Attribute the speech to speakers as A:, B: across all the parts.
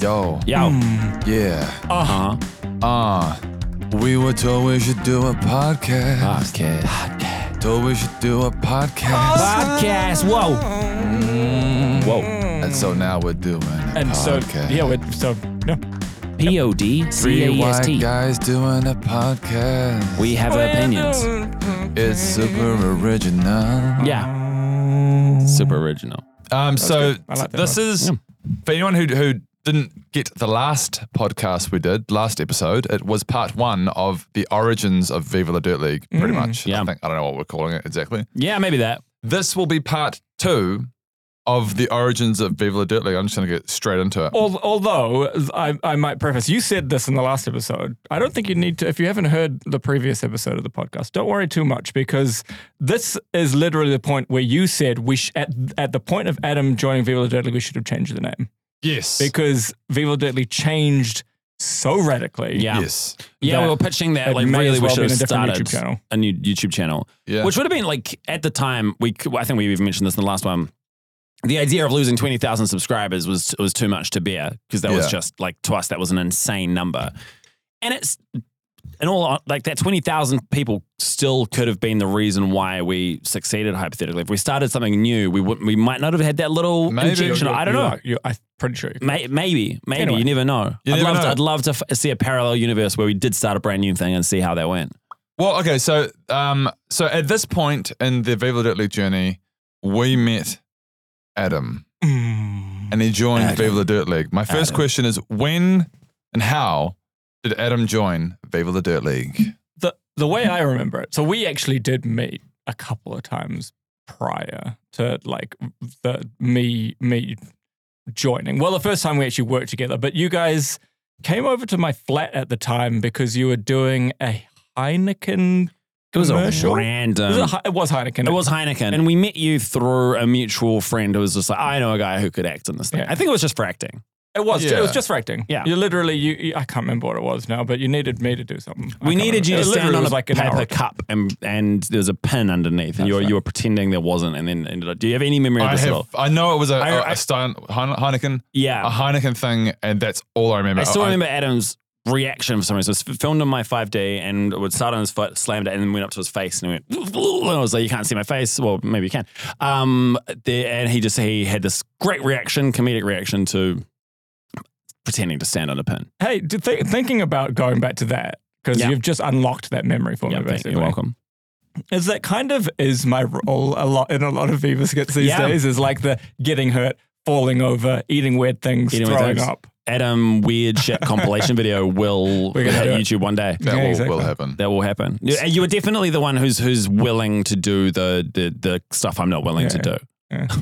A: Yo.
B: Yo.
C: Hmm.
A: Yeah.
B: Uh huh.
A: Uh. We were told we should do a podcast.
B: Podcast.
A: Told we should do a
D: Oh.
A: podcast.
B: Podcast. Whoa. Whoa.
A: And so now we're doing a
C: Hmm. And so,
A: podcast.
C: yeah, we so, no.
B: P O D
A: Three
B: C A S
A: white
B: T.
A: guys doing a podcast.
B: We have opinions.
A: It's super original.
B: Yeah.
D: Super original.
E: Um, so
C: good. I like that
E: this
C: one.
E: is for anyone who who didn't get the last podcast we did, last episode. It was part one of the origins of Viva la Dirt League, pretty much.
D: Yeah.
E: I think I don't know what we're calling it exactly.
D: Yeah, maybe that.
E: This will be part two of the origins of Viva la Dirt League. I'm just going to get straight into it.
C: Al- Although I, I might preface, you said this in the last episode. I don't think you need to, if you haven't heard the previous episode of the podcast, don't worry too much because this is literally the point where you said we sh- at at the point of Adam joining Viva La Dirt League, we should have changed the name
E: Yes.
C: because Viva La Dirt League changed so radically.
D: Yeah.
E: Yes.
D: Yeah,
C: That-
D: we were pitching that.
C: it
D: Like,
C: may
D: really,
C: as
D: we
C: well
D: should
C: been
D: have
C: a different
D: started
C: YouTube channel.
D: a new YouTube channel,
E: Yeah.
D: which would have been like at the time we. c- I think we even mentioned this in the last one. The idea of losing twenty thousand subscribers was was too much to bear because that was
E: Yeah.
D: just like to us that was an insane number, and it's and all like that twenty thousand people still could have been the reason why we succeeded hypothetically. If we started something new, we would we might not have had that little
E: Maybe.
D: injection. I don't
C: You
D: know.
C: are- you- I'm pretty sure. you-
D: May- Maybe, maybe
C: Anyway.
D: you never know.
E: You
D: I'd,
E: never
D: love To,
E: know.
D: I'd love to f- see a parallel universe where we did start a brand new thing and see how that went.
E: Well, okay, so um, so at this point in the Viva la Dirt League journey, we met Adam.
C: Mm.
E: and he joined Viva La Dirt League. My first question is when and how did Adam join Viva La Dirt League?
C: the the way I remember it, so we actually did meet a couple of times prior to like the me me joining. Well, the first time we actually worked together, but you guys came over to my flat at the time because you were doing a Heineken.
D: It was
C: commercial?
D: a random.
C: was it, Hei- it was Heineken.
D: Um, it was Heineken, and we met you through a mutual friend who was just like, "I know a guy who could act in this thing."
C: Yeah.
D: I think it was just for acting.
C: It was. It
E: Yeah.
C: was just for acting.
D: Yeah.
C: You literally. You, you. I can't remember what it was now, but you needed me to do something. I
D: we
C: can't
D: needed
C: remember.
D: you to
C: It literally
D: stand on a
C: was like an hour.
D: paper cup, and and there was a pin underneath, and you were, you were pretending there wasn't, and then ended up. Do you have any memory of
E: I
D: this at
E: have,
D: all?
E: I know it was a,
D: I-
E: a-
D: I-
E: a Stein, Heine- Heineken, a
D: Yeah,
E: Heineken thing, and that's all I remember.
D: I still remember Adam's reaction for some reason. It was filmed on my 5D and it would start on his foot, slammed it, and then went up to his face and he went, and I was like, you can't see my face. Well, maybe you can. Um, there, and he just, he had this great reaction, comedic reaction to pretending to stand on a pin.
C: Hey, d- thi- thinking about going back to that because
D: Yeah.
C: you've just unlocked that memory for
D: Yeah,
C: me.
D: thank you.
C: Basically,
D: you're welcome.
C: is that kind of is my role a lot in a lot of Viva skits these
D: Yeah.
C: days is like the getting hurt, falling over, eating weird things,
D: Eating weird
C: throwing
D: things.
C: up.
D: Adam weird shit compilation video will
C: We're
D: hit
C: gonna do it.
D: YouTube one day.
E: that
C: Yeah,
E: will,
C: exactly.
E: will happen.
D: That will happen. You, you were definitely the one who's who's willing to do the the, the stuff I'm not willing to do.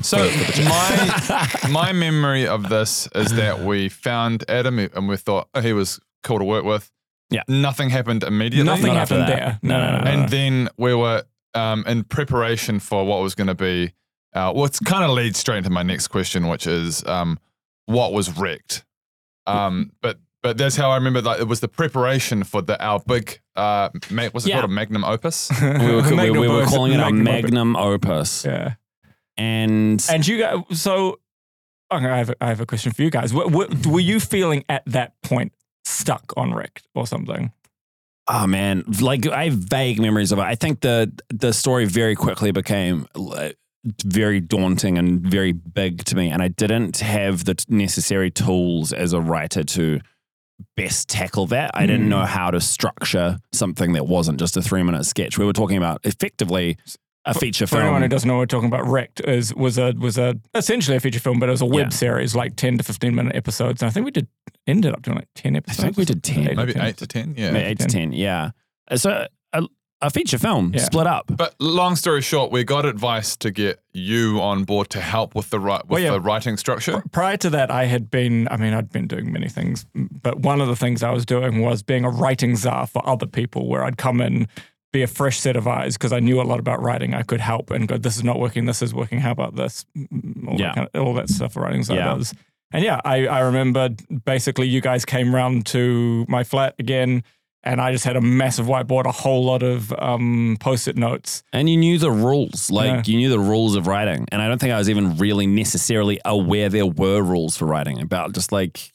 E: So my my memory of this is that we found Adam and we thought oh, he was cool to work with.
D: Yeah.
E: nothing happened immediately.
C: Nothing
D: Not after
C: happened
D: that.
C: there.
D: No,
C: No,
D: no,
C: no, no.
E: and then we were um, in preparation for what was going to be uh, what's kind of leads straight into my next question which is um, what was wrecked um, but but that's how I remember that it was the preparation for the our big uh, ma- what's it
D: Yeah.
E: called a magnum opus
D: We were, we, we were
C: Opus-
D: calling it a
C: Opus.
D: magnum opus.
C: Yeah.
D: and
C: And you guys, so okay, I, have a, I have a question for you guys. Were, were, were you feeling at that point stuck on Rick or something?
D: oh man, like I have vague memories of it. I think the the story very quickly became like, very daunting and very big to me, and I didn't have the necessary tools as a writer to best tackle that. I didn't
C: Hmm.
D: know how to structure something that wasn't just a three minute sketch. We were talking about effectively a feature
C: For anyone who
D: film.
C: doesn't know, we're talking about Wrecked is was a was a essentially a feature film, but it was a web
D: Yeah.
C: series, like ten to fifteen minute episodes. And I think we did ended up doing like ten episodes.
D: we did 10.
C: to
E: maybe eight to ten yeah
D: Eight to ten, yeah. So a, a feature film
C: Yeah.
D: split up.
E: but long story short we got advice to get you on board to help with the ri- with
C: Well, yeah.
E: the writing structure
C: prior to that, I had been, I mean, I'd been doing many things, but one of the things I was doing was being a writing czar for other people, where I'd come in, be a fresh set of eyes, because I knew a lot about writing. I could help and go, this is not working, this is working, how about this? Mm, All,
D: Yeah.
C: that, kind of, all that stuff a writing czar
D: Yeah.
C: does. And yeah, I, I remember basically you guys came round to my flat again. And I just had a massive whiteboard, a whole lot of um, post-it notes.
D: And you knew the rules, like
C: Yeah.
D: you knew the rules of writing. And I don't think I was even really necessarily aware there were rules for writing about just like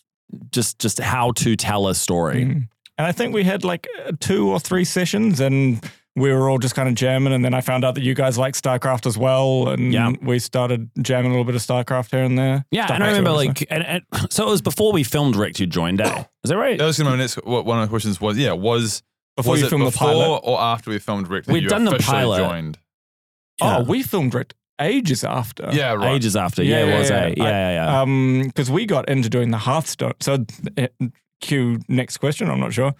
D: just just how to tell a story.
C: Mm-hmm. Mm. And I think we had like uh, two or three sessions and we were all just kind of jamming. And then I found out that you guys like StarCraft as well. And
D: Yeah.
C: we started jamming a little bit of StarCraft here and there.
D: Yeah,
C: Stuff
D: and I
C: that sort
D: remember
C: of
D: like, and, and so it was before we filmed Direct You Joined Day. Is that right?
C: Oh,
E: That was gonna be my next. What, one of my questions was, yeah, was
C: Before
E: was
C: you
E: it
C: filmed the
E: before
C: pilot.
E: or after we filmed Rick? that
D: We'd
E: you
D: done the
E: officially
D: pilot.
E: Joined.
D: Yeah.
C: Oh, we filmed it ages after.
E: Yeah, right.
D: ages after.
C: Yeah,
D: Yeah,
C: yeah,
D: it was.
C: yeah.
D: eh? Yeah,
C: I-
D: yeah, yeah.
C: Um, because we got into doing the Hearthstone. So, uh, cue next question. I'm not sure.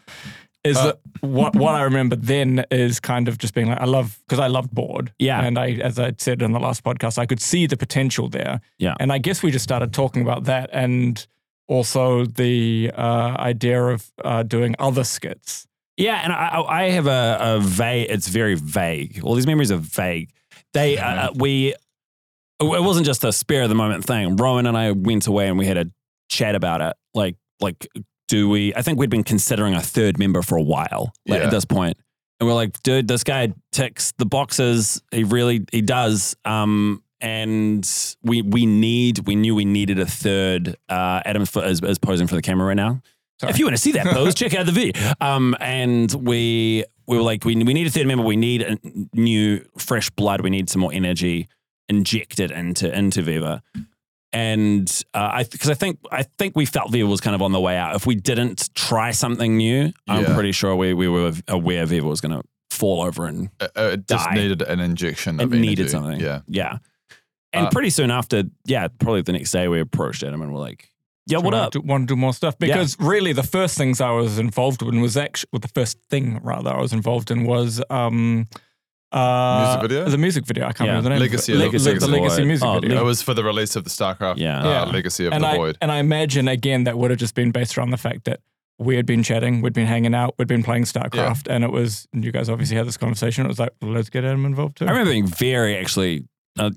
C: Is
E: Uh,
C: that what what I remember then is kind of just being like I love because I loved board.
D: Yeah.
C: and I as I said in the last podcast, I could see the potential there.
D: Yeah.
C: and I guess we just started talking about that and also the uh, idea of uh, doing other skits.
D: Yeah, and I, I I have a, a vague. It's very vague. All these memories are vague. They uh, uh, we. It wasn't just a spare of the moment thing. Rowan and I went away and we had a chat about it. Like, like, do we? I think we'd been considering a third member for a while like,
E: Yeah.
D: at this point, and we're like, dude, this guy ticks the boxes. He really, he does. Um, and we we need. We knew we needed a third. Uh, Adam for, is, is posing for the camera right now. If you want to see that pose, check out the video. Um, and we we were like, we, we need a third member. We need a new, fresh blood. We need some more energy injected into into Viva. And uh, I because I think I think we felt Viva was kind of on the way out. If we didn't try something new, I'm
E: Yeah.
D: pretty sure we we were aware Viva was going to fall over and
E: It, uh, it just
D: Die.
E: needed an injection.
D: it
E: of energy.
D: needed something.
E: Yeah.
D: yeah. And
E: Uh,
D: pretty soon after, yeah, probably the next day, we approached Adam and we're like, "Yeah, what up?"
C: Want to do more stuff? Because really, the first things I was involved in was actually well, the first thing rather I was involved in was um, uh,
E: Music video?
C: The music video. I can't
D: Yeah.
C: remember the name.
E: Legacy
C: of
E: of
C: it.
E: the
C: Leg-
E: Void.
C: the legacy music
D: Oh,
C: video.
E: It was for the release of the StarCraft
D: Yeah.
E: uh,
C: Yeah.
E: Legacy of
C: and
E: the
C: I
E: Void.
C: and I imagine again that would have just been based around the fact that we had been chatting, we'd been hanging out, we'd been playing StarCraft, and it was you guys obviously had this conversation. It was like well, let's get Adam involved too.
D: I remember being very actually. Uh,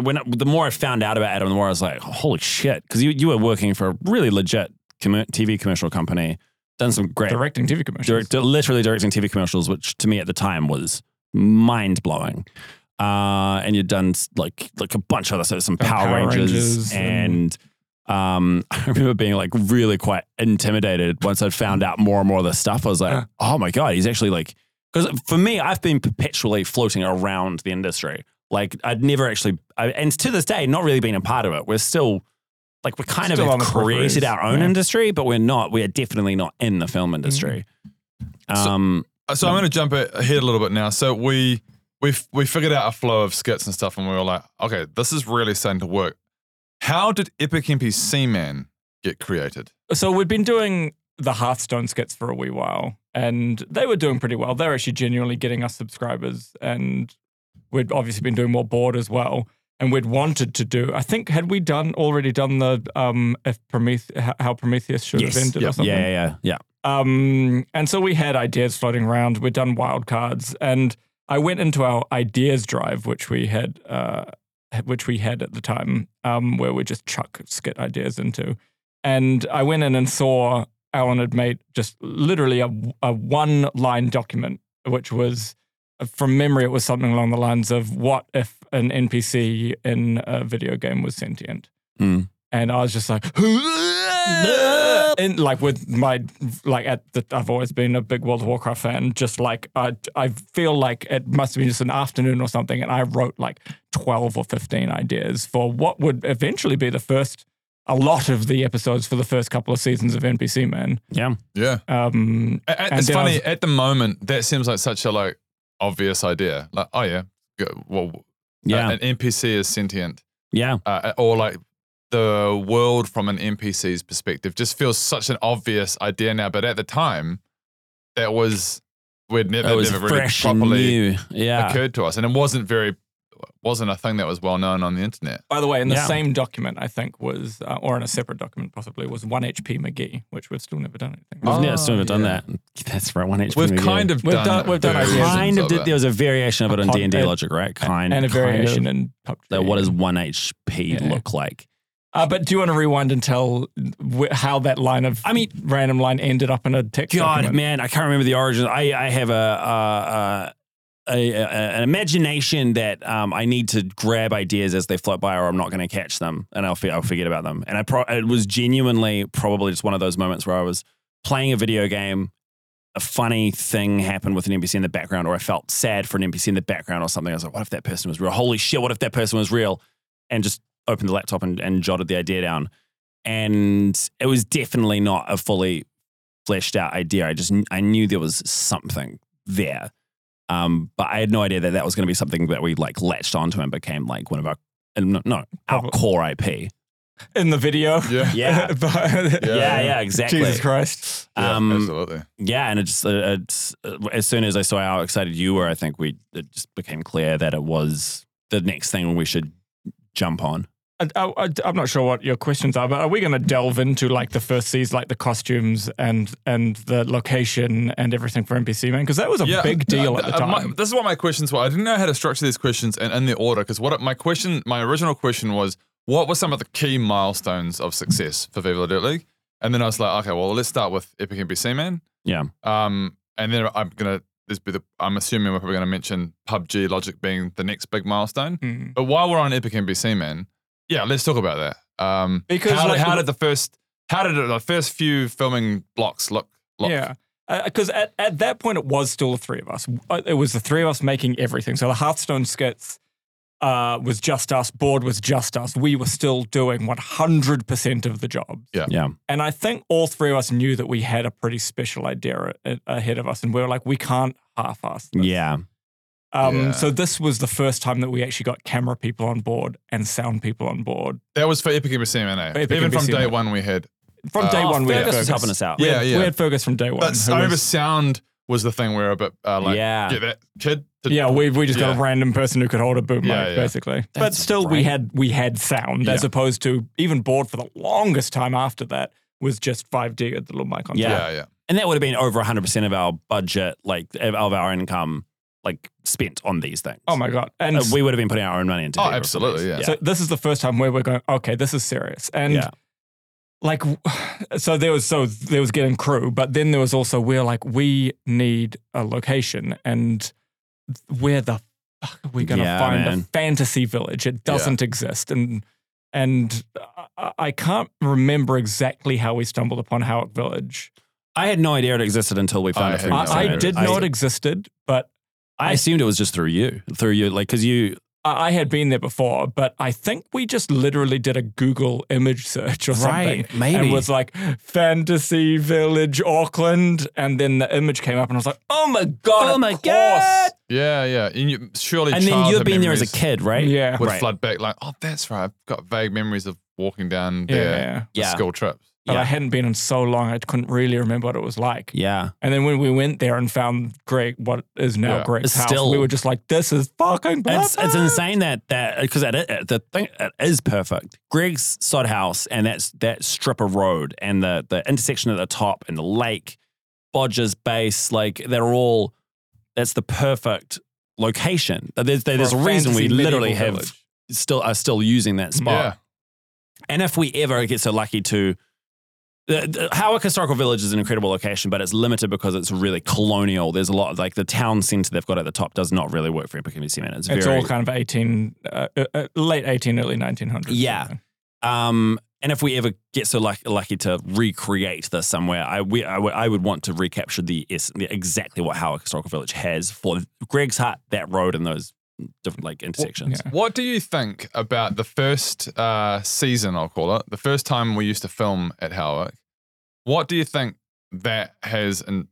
D: when the more I found out about Adam, the more I was like, "Holy shit!" Because you you were working for a really legit commer TV commercial company, done some great,
C: directing TV commercials.
D: direct, literally directing TV commercials, which to me at the time was mind blowing. Uh, and you'd done s- like like a bunch of other stuff, some Power,
C: Oh, Power
D: Rangers,
C: Rangers and-
D: and. um, I remember being like really quite intimidated once I'd found out more and more of this stuff. I was like,
C: Yeah.
D: oh my God, he's actually like, because for me, I've been perpetually floating around the industry. Like I'd never actually, I, and to this day, not really been a part of it. We're still like we kind
C: Still on
D: of
C: the
D: have created
C: peripheries,
D: our own
C: yeah.
D: industry, but we're not. We're definitely not in the film industry. Um,
E: Uh, So I'm going to jump a- ahead a little bit now. So we we f- we figured out a flow of skits and stuff, and we were like, okay, this is really starting to work. How did Epic MP Seaman get created?
C: so we'd been doing the Hearthstone skits for a wee while, and they were doing pretty well. They're actually genuinely getting us subscribers, and we'd obviously been doing more board as well. And we'd wanted to do. I think had we done already done the um, if Promethe- how Prometheus should
D: Yes.
C: have ended or
E: Yep.
C: something.
D: yeah, yeah,
E: Uh,
D: yeah.
C: Um, and so we had ideas floating around. We'd done wild cards, and I went into our ideas drive, which we had, uh, which we had at the time, um, where we just chuck skit ideas into. And I went in and saw Alan had made just literally a, a one line document, which was uh, from memory, it was something along the lines of "What if an NPC in a video game was sentient?"
D: Hmm.
C: And I was just like, and like with my like at the, I've always been a big World of Warcraft fan. Just like I, I feel like it must have been just an afternoon or something, and I wrote like twelve or fifteen ideas for what would eventually be the first, a lot of the episodes for the first couple of seasons of NPC Man.
D: Yeah.
E: Yeah,
C: Um,
E: A- a-
C: And
E: it's
C: then I
E: funny
C: was-
E: at the moment that seems like such a like obvious idea. Like, oh yeah, go- well,
D: Yeah.
E: uh, an NPC is sentient,
D: yeah.
E: uh, or like the world from an NPC's perspective just feels such an obvious idea now. But at the time, that was we'd never,
D: That was
E: never really
D: fresh and
E: properly.
D: new. Yeah.
E: occurred to us, and it wasn't very wasn't a thing that was well known on the internet.
C: by the way, in the
D: Yeah.
C: same document, I think was, uh, or in a separate document possibly, was one HP McGee, which we've still never done anything.
D: We've
E: Oh,
D: never still never done
E: yeah.
D: that. That's right. One HP.
E: We've
D: movie,
E: kind
D: yeah.
E: of
C: We've
E: done
C: done- we've done
E: versions
D: kind of
E: of
D: did.
E: it.
D: There was a variation of it on
C: Upon-
D: D and D
C: and-
D: logic, right? Kind
C: and a
D: kind of.
C: variation in PUBG.
D: Like, what does one HP
C: Yeah.
D: look like?
C: Uh, but do you want to rewind and tell wh- how that line of
D: I mean-
C: random line ended up in a text?
D: God,
C: document?
D: man, I can't remember the origin. I I have a. Uh, uh, a, a, an imagination that um, I need to grab ideas as they float by, or I'm not going to catch them, and I'll, fe- I'll forget about them. And I pro- it was genuinely probably just one of those moments where I was playing a video game, a funny thing happened with an NPC in the background, or I felt sad for an NPC in the background, or something. I was like, what if that person was real? Holy shit, what if that person was real? And just opened the laptop and, and jotted the idea down. And it was definitely not a fully fleshed out idea. I just kn- I knew there was something there, um, but I had no idea that that was going to be something that we like latched onto and became like one of our and no, no our
C: Probably.
D: core IP.
C: in the video.
E: Yeah.
D: Yeah,
C: But-
E: Yeah.
D: yeah, yeah, exactly.
C: Jesus Christ.
E: Yeah,
D: Um,
E: absolutely.
D: yeah, and it just, uh, it's, uh, as soon as I saw how excited you were, I think we it just became clear that it was the next thing we should jump on.
C: I, I, I- I'm not sure what your questions are, but are we going to delve into like the first seas, like the costumes and and the location and everything for NPC man? Because that was a big deal at the
E: Uh,
C: time.
E: my- this is what my questions were. I didn't know how to structure these questions and in the order because what my question, my original question was, what were some of the key milestones of success for Viva La Dirt League? And then I was like, okay, well, let's start with Epic NPC Man.
D: Yeah.
E: Um, and then I'm gonna this be the I'm assuming we're probably gonna mention PUBG Logic being the next big milestone.
C: Mm.
E: But while we're on Epic NPC Man, yeah, let's talk about that. Um,
C: Because,
E: how,
C: like,
E: how did the first how did the first few filming blocks look? look?
C: Yeah. Because at, at that point, it was still the three of us. Uh, It was the three of us making everything. So the Hearthstone skits uh, was just us, board was just us. We were still doing 100% of the job.
D: Yeah,
C: And I think all three of us knew that we had a pretty special idea a- ahead of us. And we were like, we can't half ass this.
D: yeah,
C: Um,
E: Yeah.
C: So this was the first time that we actually got camera people on board and sound people on board.
E: That was for Epic NPC Man. eh?
C: For Epic
E: Even from
C: NPC
E: day
C: Man.
E: one, we had
C: From day
D: Oh,
C: one, we had
D: Fergus
C: Fergus.
D: was helping us out.
C: We,
E: Yeah,
C: had,
E: yeah.
C: we had Fergus from day one.
E: But
C: who
E: I remember
C: was-
E: sound was the thing we were a bit uh, like,
D: yeah,
E: get that kid. To,
C: yeah, we, we just got
E: Yeah.
C: a random person who could hold a boom
E: Yeah,
C: mic,
E: yeah.
C: basically. but
D: That's
C: still, we
D: right.
C: had we had sound as
E: Yeah.
C: opposed to even board for the longest time after that was just 5D at the little mic on
D: Yeah.
C: top.
E: yeah, yeah.
D: and that would have been over 100% of our budget like of of our income like spent on these things
C: Oh my god! And
D: Uh, we would have been putting our own money into
E: Oh,
D: Beaver for
E: absolutely,
D: these.
E: yeah.
C: So this is the first time where we're going, okay, this is serious. And
D: Yeah.
C: like so there was so there was getting crew, but then there was also we're like, we need a location and where the fuck are we gonna
D: Yeah,
C: find a
D: man.
C: fantasy village? It doesn't exist. And and I, I can't remember exactly how we stumbled upon Howick Village.
D: I had no idea it existed until we found
E: I
D: it. through
E: had no
D: you, Simon.
C: I, I
E: idea.
C: did know it existed, but
D: I assumed it was just through you, through you, like because you.
C: I I had been there before, but I think we just literally did a Google image search or
D: Right,
C: something.
D: maybe.
C: And was like, Fantasy Village Auckland. And then the image came up and I was like, oh my God.
D: Oh
C: of
D: my
C: course.
D: God.
E: Yeah, yeah. And you, surely
D: And then you've
E: childhood
D: been there as a
E: memories
D: kid, right?
C: Yeah.
E: Would
D: Right.
E: flood back like, oh, that's right. I've got vague memories of walking down
C: Yeah.
E: there
C: yeah.
E: for
D: Yeah.
E: school trips.
C: But
D: Yeah.
C: I hadn't been in so long, I couldn't really remember what it was like.
D: Yeah.
C: And then when we went there and found Greg, what is now
E: Yeah.
C: Greg's
D: It's
C: house,
D: still-
C: we were just like, this is fucking
D: It's, it's
C: perfect.
D: insane that that because that i- the thing it is perfect. Greg's sod house and that's that strip of road and the the intersection at the top and the lake, Bodger's base, like they're all. That's the perfect location. There's there's
C: For
D: a reason we
C: fantasy
D: literally
C: medieval
D: have
C: village.
D: still are still using that spot.
E: Yeah.
D: And if we ever get so lucky to, the, the Howick Historical Village is an incredible location, but it's limited because it's really colonial. There's a lot of, like the town centre they've got at the top does not really work for Epic Community Man. It's,
C: It's
D: very
C: all kind of 18, uh, uh, uh, late 18, early 1900s.
D: Yeah. um. And if we ever get so luck, lucky to recreate this somewhere, I we, I would- I would want to recapture the, es- the exactly what Howick Historical Village has for Greg's Hut, that road, and those different like intersections.
C: yeah.
E: What do you think about the first uh, season, I'll call it, the first time we used to film at Howick? What do you think that has and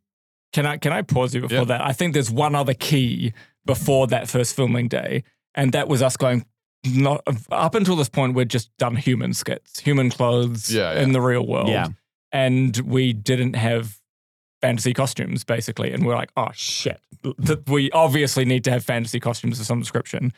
C: Can I can I pause you before
E: Yeah.
C: that? I think there's one other key before that first filming day, and that was us going. Not up until this point, we'd just done human skits, human clothes
E: Yeah, yeah.
C: in the real world,
D: Yeah.
C: and we didn't have fantasy costumes basically, and we're like, oh shit, Th- we obviously need to have fantasy costumes of some description.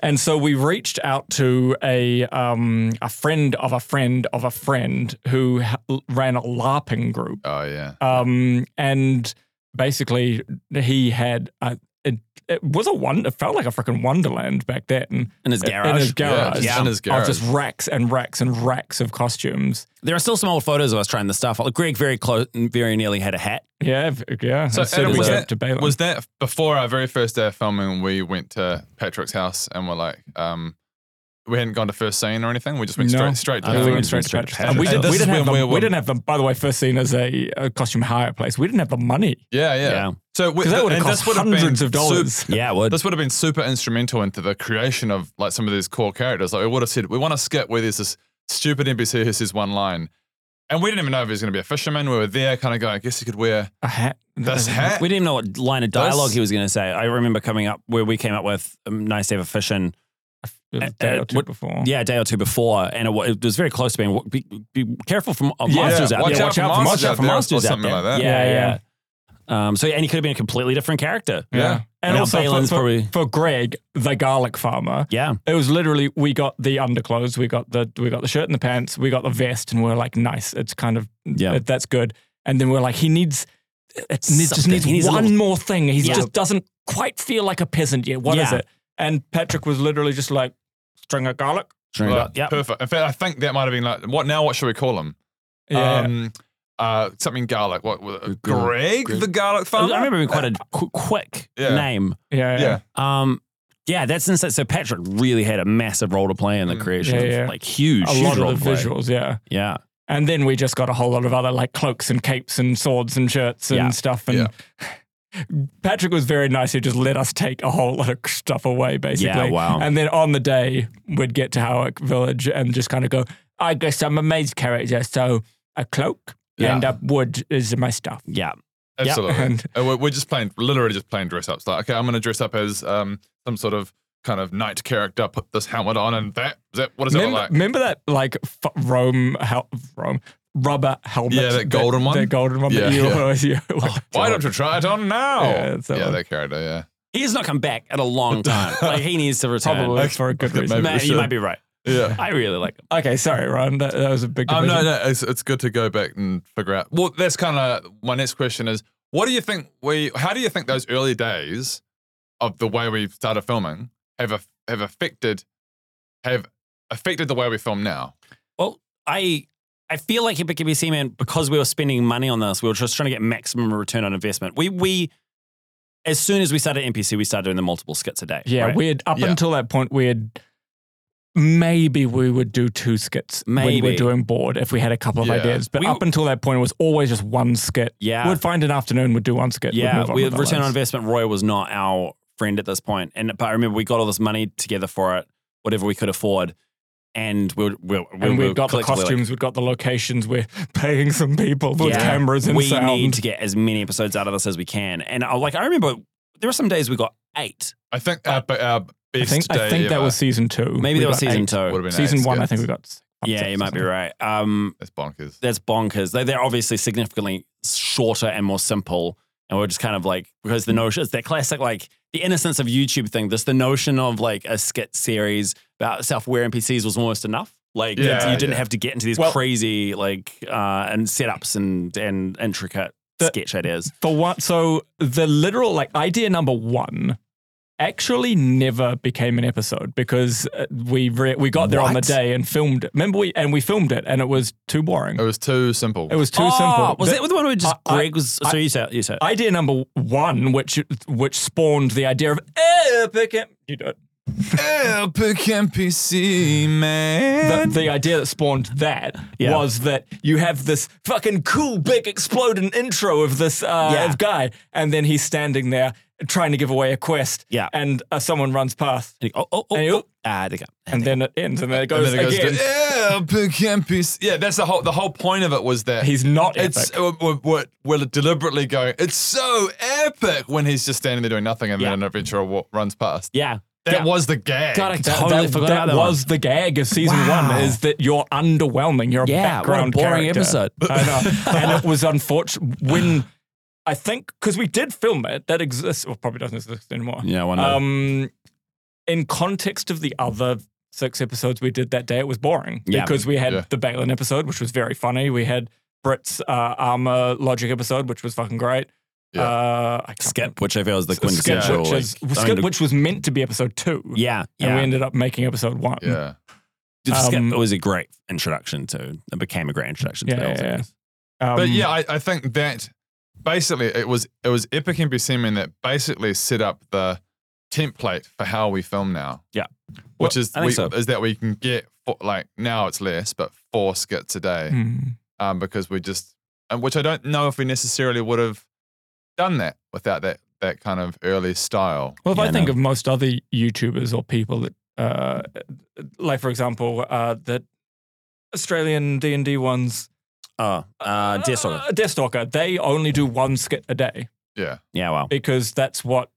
C: And so we reached out to a um, a friend of a friend of a friend who h- ran a LARPing group
E: oh yeah.
C: um, and basically he had uh, it, it was a one. It felt like a freaking wonderland back then.
D: in his garage.
C: In his garage.
E: Yeah, in his
C: Of
E: garage.
C: just racks and racks and racks of costumes.
D: There are still some old photos of us trying the stuff. Like, Greg very close, very nearly had a hat.
C: Yeah, v- yeah.
E: So
C: as soon
E: Adam,
C: as
E: was,
C: I
E: that,
C: got to Balin.
E: was that before our very first day of filming? We went to Patrick's house and we're like, um, we hadn't gone to first scene or anything. We just went
C: No.
E: straight straight to
D: I
C: we
E: filming.
C: went straight to
D: Patrick's
C: Patrick's.
D: house.
C: And we,
E: And
C: did,
E: this
C: we didn't
E: is
C: have
E: when
C: the,
E: we were-
C: we didn't have the. By the way, first scene as a, a costume hire place. We didn't have the money
E: Yeah, yeah.
D: Yeah.
E: So we,
C: because that would have
E: and
C: cost
E: this would have been
C: hundreds of
E: sup-
C: dollars.
D: Yeah, it would.
E: this would have been super instrumental into the creation of like some of these core characters. Like we would have said, we want to skip where there's this stupid NPC who says one line, and we didn't even know if he was going to be a fisherman. We were there, kind of going, I guess he could wear
C: a hat.
E: this hat.
D: We didn't even know what line of dialogue
E: This-
D: he was going to say. I remember coming up where we came up with um, "Nice to have a fish in."
C: A
D: Uh,
C: day
D: uh,
C: or two
D: what-
C: before.
D: Yeah, a day or two before, and it, wa- it was very close to being. Be, be careful from uh,
C: Yeah,
D: monsters out
E: watch
D: there.
E: out for monsters out
D: for
E: there, or
D: monsters out
E: something
D: there.
E: like that.
D: Yeah, yeah.
C: Yeah,
D: Um, so, yeah, and he could have been a completely different character.
E: Yeah.
C: And
D: Now
C: also for,
D: Balin's
C: for,
D: probably-
C: for Greg, the garlic farmer,
D: Yeah,
C: it was literally we got the underclothes, we got the we got the shirt and the pants, we got the vest, and we're like, nice, it's kind of
D: Yeah.
C: it- that's good. And then we're like, he needs it needs, just
D: Something.
C: needs,
D: He needs a
C: one
D: little-
C: more thing. He
D: Yeah.
C: just doesn't quite feel like a peasant yet. What is
D: Yeah.
C: it? And Patrick was literally just like string of garlic.
D: Sure
E: Like,
D: enough. Yep.
E: Perfect. In fact, I think that might have been like what now? What should we call him? Um, uh, something garlic. What? what- Greg, the garlic
D: I
E: farmer.
D: remember being quite a qu- quick
E: Yeah.
D: name.
C: yeah, yeah,
E: yeah.
C: yeah.
D: Um, yeah, that's insane. So Patrick really had a massive role to play in the
E: Mm.
D: creation,
C: Yeah,
D: of,
C: yeah.
D: like huge,
C: A
D: huge
C: lot
D: role
C: of the
D: play.
C: visuals, yeah.
D: Yeah,
C: And then we just got a whole lot of other like cloaks and capes and swords and shirts and
D: Yeah.
C: stuff. And Patrick was very nice. He just let us take a whole lot of stuff away, basically.
D: Yeah,
E: Um,
D: wow.
C: And then on the day, we'd get to Howick Village and just kind of go, I guess I'm a mage character. So a cloak
E: Yeah.
C: and a wood is my stuff.
D: yeah.
E: Absolutely.
C: And-
E: Uh, we're, we're just playing, literally just playing dress ups. Like, okay, I'm going to dress up as um, some sort of kind of knight character, put this helmet on, and that, is that what does that
C: Remember,
E: look like?
C: remember that like f- Rome, hel- Rome rubber helmet?
E: Yeah, that golden one?
C: That golden one
E: Yeah,
C: that you
E: yeah. Oh,
C: always you-
E: Why don't you try it on now?
C: Yeah, that's that
E: yeah
C: one.
E: that character, yeah.
D: He has not come back in a long time. like he needs to return.
C: Probably for a good
E: Maybe
C: reason.
D: Ma-
E: we
D: you
E: should.
D: might be right.
E: Yeah.
D: I really like him.
C: Okay, sorry, Ryan. That, that was a big
E: Um,
C: division.
E: no, no, it's, it's good to go back and figure out. Well, that's kind of my next question is what do you think we, how do you think those early days of the way we started filming have, aff- have affected, have affected the way we film now?
D: Well, I I feel like Epic ABC Man because we were spending money on this. We were just trying to get maximum return on investment. We we as soon as we started NPC, we started doing the multiple skits a day.
C: Yeah,
D: right?
C: we had up
E: Yeah.
C: until that point we had maybe we would do two skits when
D: Maybe.
C: we're doing board if we had a couple of
E: Yeah.
C: ideas. But
D: We-
C: up until that point it was always just one skit.
D: yeah.
C: We'd find an afternoon, we'd do one skit. we'd
D: Yeah,
C: move
D: we,
C: with our
D: return on
C: lives.
D: investment. Roy was not our friend at this point, and but I remember we got all this money together for it, whatever we could afford, and we were, we, were- we,
C: And
D: we
C: we've
D: were
C: got
D: collectively
C: the
D: like,
C: costumes, we've got the locations, we're paying some people with
D: Yeah.
C: cameras and
D: we
C: sound.
D: need to get as many episodes out of this as we can, and I, like I remember there were some days we got eight,
E: I think our, our
C: I
E: best
C: think,
E: day
C: I think that
E: ever
C: was season two.
D: maybe
C: We
D: there was
C: got
D: season
C: eight.
E: would have
D: two.
E: been
C: Season
E: eight
C: one, I
E: skits.
C: think we got. s-
D: Yeah,
C: six
D: you
C: or
D: might be
C: something.
D: right. Um,
E: That's bonkers.
D: that's bonkers. They- They're obviously significantly shorter and more simple. And we're just kind of like, because the notion is that classic, like the innocence of YouTube thing, this the notion of like a skit series about self aware NPCs was almost enough. Like
E: Yeah,
D: it's- you didn't
E: yeah.
D: have to get into these
C: Well-
D: crazy like uh and setups and and intricate
C: The-
D: sketch ideas.
C: For what? So the literal like idea number one actually never became an episode because uh, we re- we got there on the
D: What?
C: day and filmed. it. Remember we and we filmed it and it was too boring.
E: It was too simple.
C: It was too
D: Oh,
C: simple.
D: Was
C: The
D: that the one where just
C: I- I-
D: Greg was? so you said you said
C: idea number one, which which spawned the idea of epic. em- You do it.
E: Epic NPC man.
C: The, the idea that spawned that
D: Yeah.
C: was that you have this fucking cool big exploding intro of this uh,
D: Yeah.
C: of guy, and then he's standing there trying to give away a quest,
D: Yeah.
C: and uh, someone runs past,
D: And he- oh oh oh,
C: And he-
D: oh. ah there you go.
C: and then it ends, and then it
E: and
C: goes,
E: then it goes
C: again.
E: to epic NPC. Yeah, that's the whole the whole point of it was that
C: He's not epic.
E: it's we're, we're, we're deliberately going. It's so epic when he's just standing there doing nothing, and
D: Yeah.
E: then an adventurer wa- runs past.
D: yeah
E: That
D: Yeah.
E: was the gag.
D: God, I
C: that,
D: totally
C: that-
D: forgot
C: that
D: about that one.
C: was the gag of season
D: Wow.
C: one is that you're underwhelming. You're a
D: Yeah, what a
C: background
D: boring
C: character.
D: episode.
C: I know. and it was unfortunate when I think because we did film it that exists or probably doesn't exist anymore.
D: yeah one um,
C: Um, in context of the other six episodes we did that day, it was boring
D: Yeah.
C: because we had
E: Yeah.
C: the Balin episode, which was very funny. We had Britt's uh, armor logic episode, which was fucking great.
E: Yeah.
C: Uh, I can't
D: Skip, which I feel is the
C: remember. Skip,
D: quintessential.
C: which,
D: like,
C: is,
D: I'm
C: Skip,
D: gonna-
C: which was meant to be episode two.
D: yeah,
C: And
D: yeah.
C: we ended up making episode one.
E: Yeah.
D: Skip
C: um,
D: was a great introduction to. It became a great introduction to. E.
C: Yeah,
D: Bells, I
C: yeah, yeah.
D: guess.
C: Um,
E: But yeah, I, I think that basically it was it was Epic and Buscemian that basically set up the template for how we film now.
D: Yeah.
E: Which
D: Well,
E: is
D: I think
E: we,
D: so.
E: is that we can get four, like now it's less, but four skits a day,
C: Hmm.
E: um, because we just and which I don't know if we necessarily would have done that without that that kind of early style.
C: Well, if
D: Yeah,
C: I
D: I
C: think
D: know.
C: of most other YouTubers or people that, uh, like for example, uh, that Australian D and D ones,
D: Oh, uh, Deer Stalker.
C: uh, Deathstalker, they only do one skit a day
E: Yeah.
D: Yeah, wow.
C: because that's what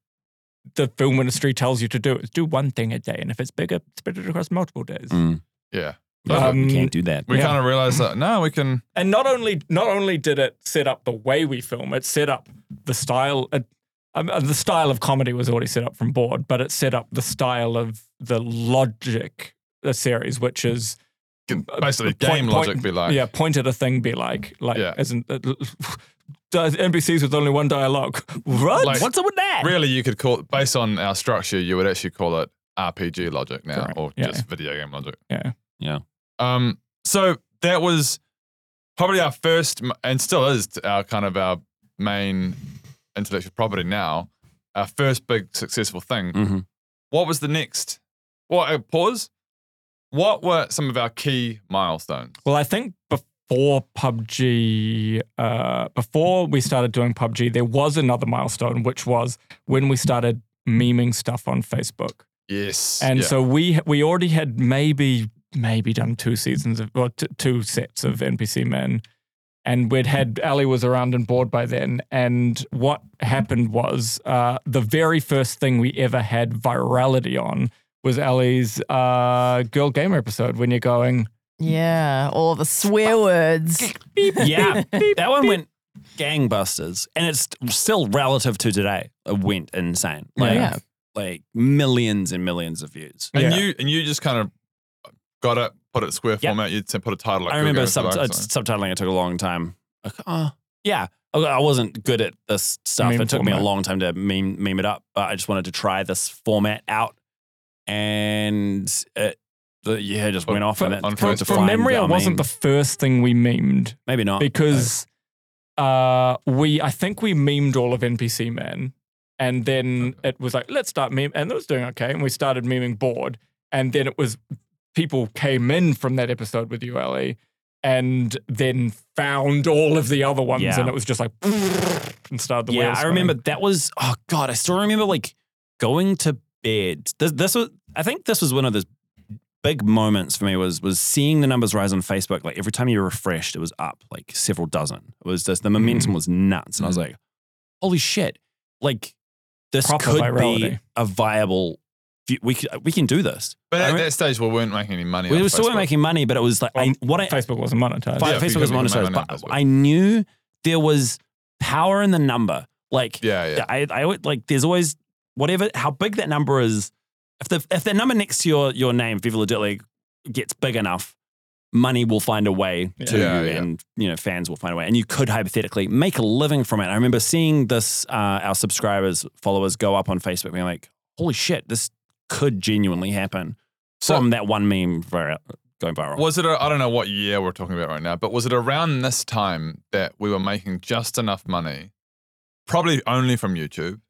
C: the film industry tells you to do: is do one thing a day, and if it's bigger, spread it across multiple days.
D: Mm.
E: Yeah.
D: Yeah, we
C: Um,
D: can't do that.
E: We
C: Yeah.
E: kind of realized that no, we can
C: and not only not only did it set up the way we film, it set up the style. It, I mean, the style of comedy was already set up from board, but it set up the style of the logic the series, which is
E: can uh, basically
C: Point-
E: game
C: point-
E: logic be like.
C: yeah, point at a thing, be like, like
E: Yeah.
C: isn't uh, does NPCs with only one dialogue? What?
E: Like-
D: What's up with that?
E: Really, you could call based on our structure, you would actually call it RPG logic now,
C: Correct.
E: or
C: Yeah.
E: just video game logic.
C: Yeah.
D: Yeah.
E: Um. So that was probably our first, m- and still is our kind of our main intellectual property now. Our first big successful thing.
D: Mhm.
E: What was the next? What? uh, Pause. What were some of our key milestones?
C: Well, I think before PUBG, uh, before we started doing PUBG, there was another milestone, which was when we started memeing stuff on Facebook.
E: Yes.
C: And
E: yeah.
C: so we we already had maybe maybe done two seasons of or t- two sets of NPC Men, and we'd had Ali was around and bored by then. And what happened was uh, the very first thing we ever had virality on was Ali's uh, girl gamer episode when you're going.
F: Yeah, all the swear words.
D: yeah, that one went gangbusters, and it's still relative to today. It went insane, like
F: Yeah.
D: like millions and millions of views.
E: and
C: Yeah.
E: you and you just kind of got it, put it square
D: Yeah.
E: format. You would put a title. Like
D: I remember
E: Google
D: sub-
E: Docs
D: uh,
E: on it.
D: subtitling. It took a long time. Like, uh, yeah, I- I wasn't good at this stuff.
C: Meme
D: it took me a
C: format.
D: long time to meme meme it up. But I just wanted to try this format out, and it, the, yeah, it just went off. And
E: But-
D: it
E: on
D: kind
E: Facebook.
D: of
C: From
D: defined
C: memory,
D: our
C: it wasn't
D: meme.
C: the first thing we memed
D: maybe not
C: because uh, we I think we memed all of NPC Man, and then it was like let's start meme, and it was doing okay, and we started meming board, and then it was people came in from that episode with you, Ellie, and then found all of the other ones,
D: Yeah.
C: and it was just like and started the
D: yeah,
C: wheels
D: I remember
C: spinning.
D: that was oh god, I still remember like going to bed. This, this was I think this was one of those big moments for me was was seeing the numbers rise on Facebook. Like every time you refreshed, it was up like several dozen. It was just the momentum was nuts, and I was like, holy shit, like this
C: Proper
D: could be
C: virality.
D: a viable. fu- We c- we can do this.
E: But
D: I
E: at
D: mean-
E: that stage, we weren't making any money.
D: we
E: on
D: were still
E: Facebook.
D: making money, but it was like I,
C: Well,
D: what I
C: Facebook wasn't monetized.
E: Yeah,
D: Fi-
E: if you
D: Facebook was
E: couldn't make
D: monetized,
E: money on
D: but
E: Facebook.
D: I knew there was power in the number. Like
E: Yeah, yeah.
D: I, I would like. There's always whatever how big that number is. If the if the number next to your your name, Viva La Dirt League, gets big enough, money will find a way to
E: Yeah,
D: you,
E: yeah.
D: and you know fans will find a way, and you could hypothetically make a living from it. I remember seeing this uh, our subscribers followers go up on Facebook, being like, "Holy shit, this could genuinely happen."
E: So-
D: from that one meme vir- going viral.
E: Was it? A, I don't know what year we're talking about right now, but was it around this time that we were making just enough money, probably only from YouTube,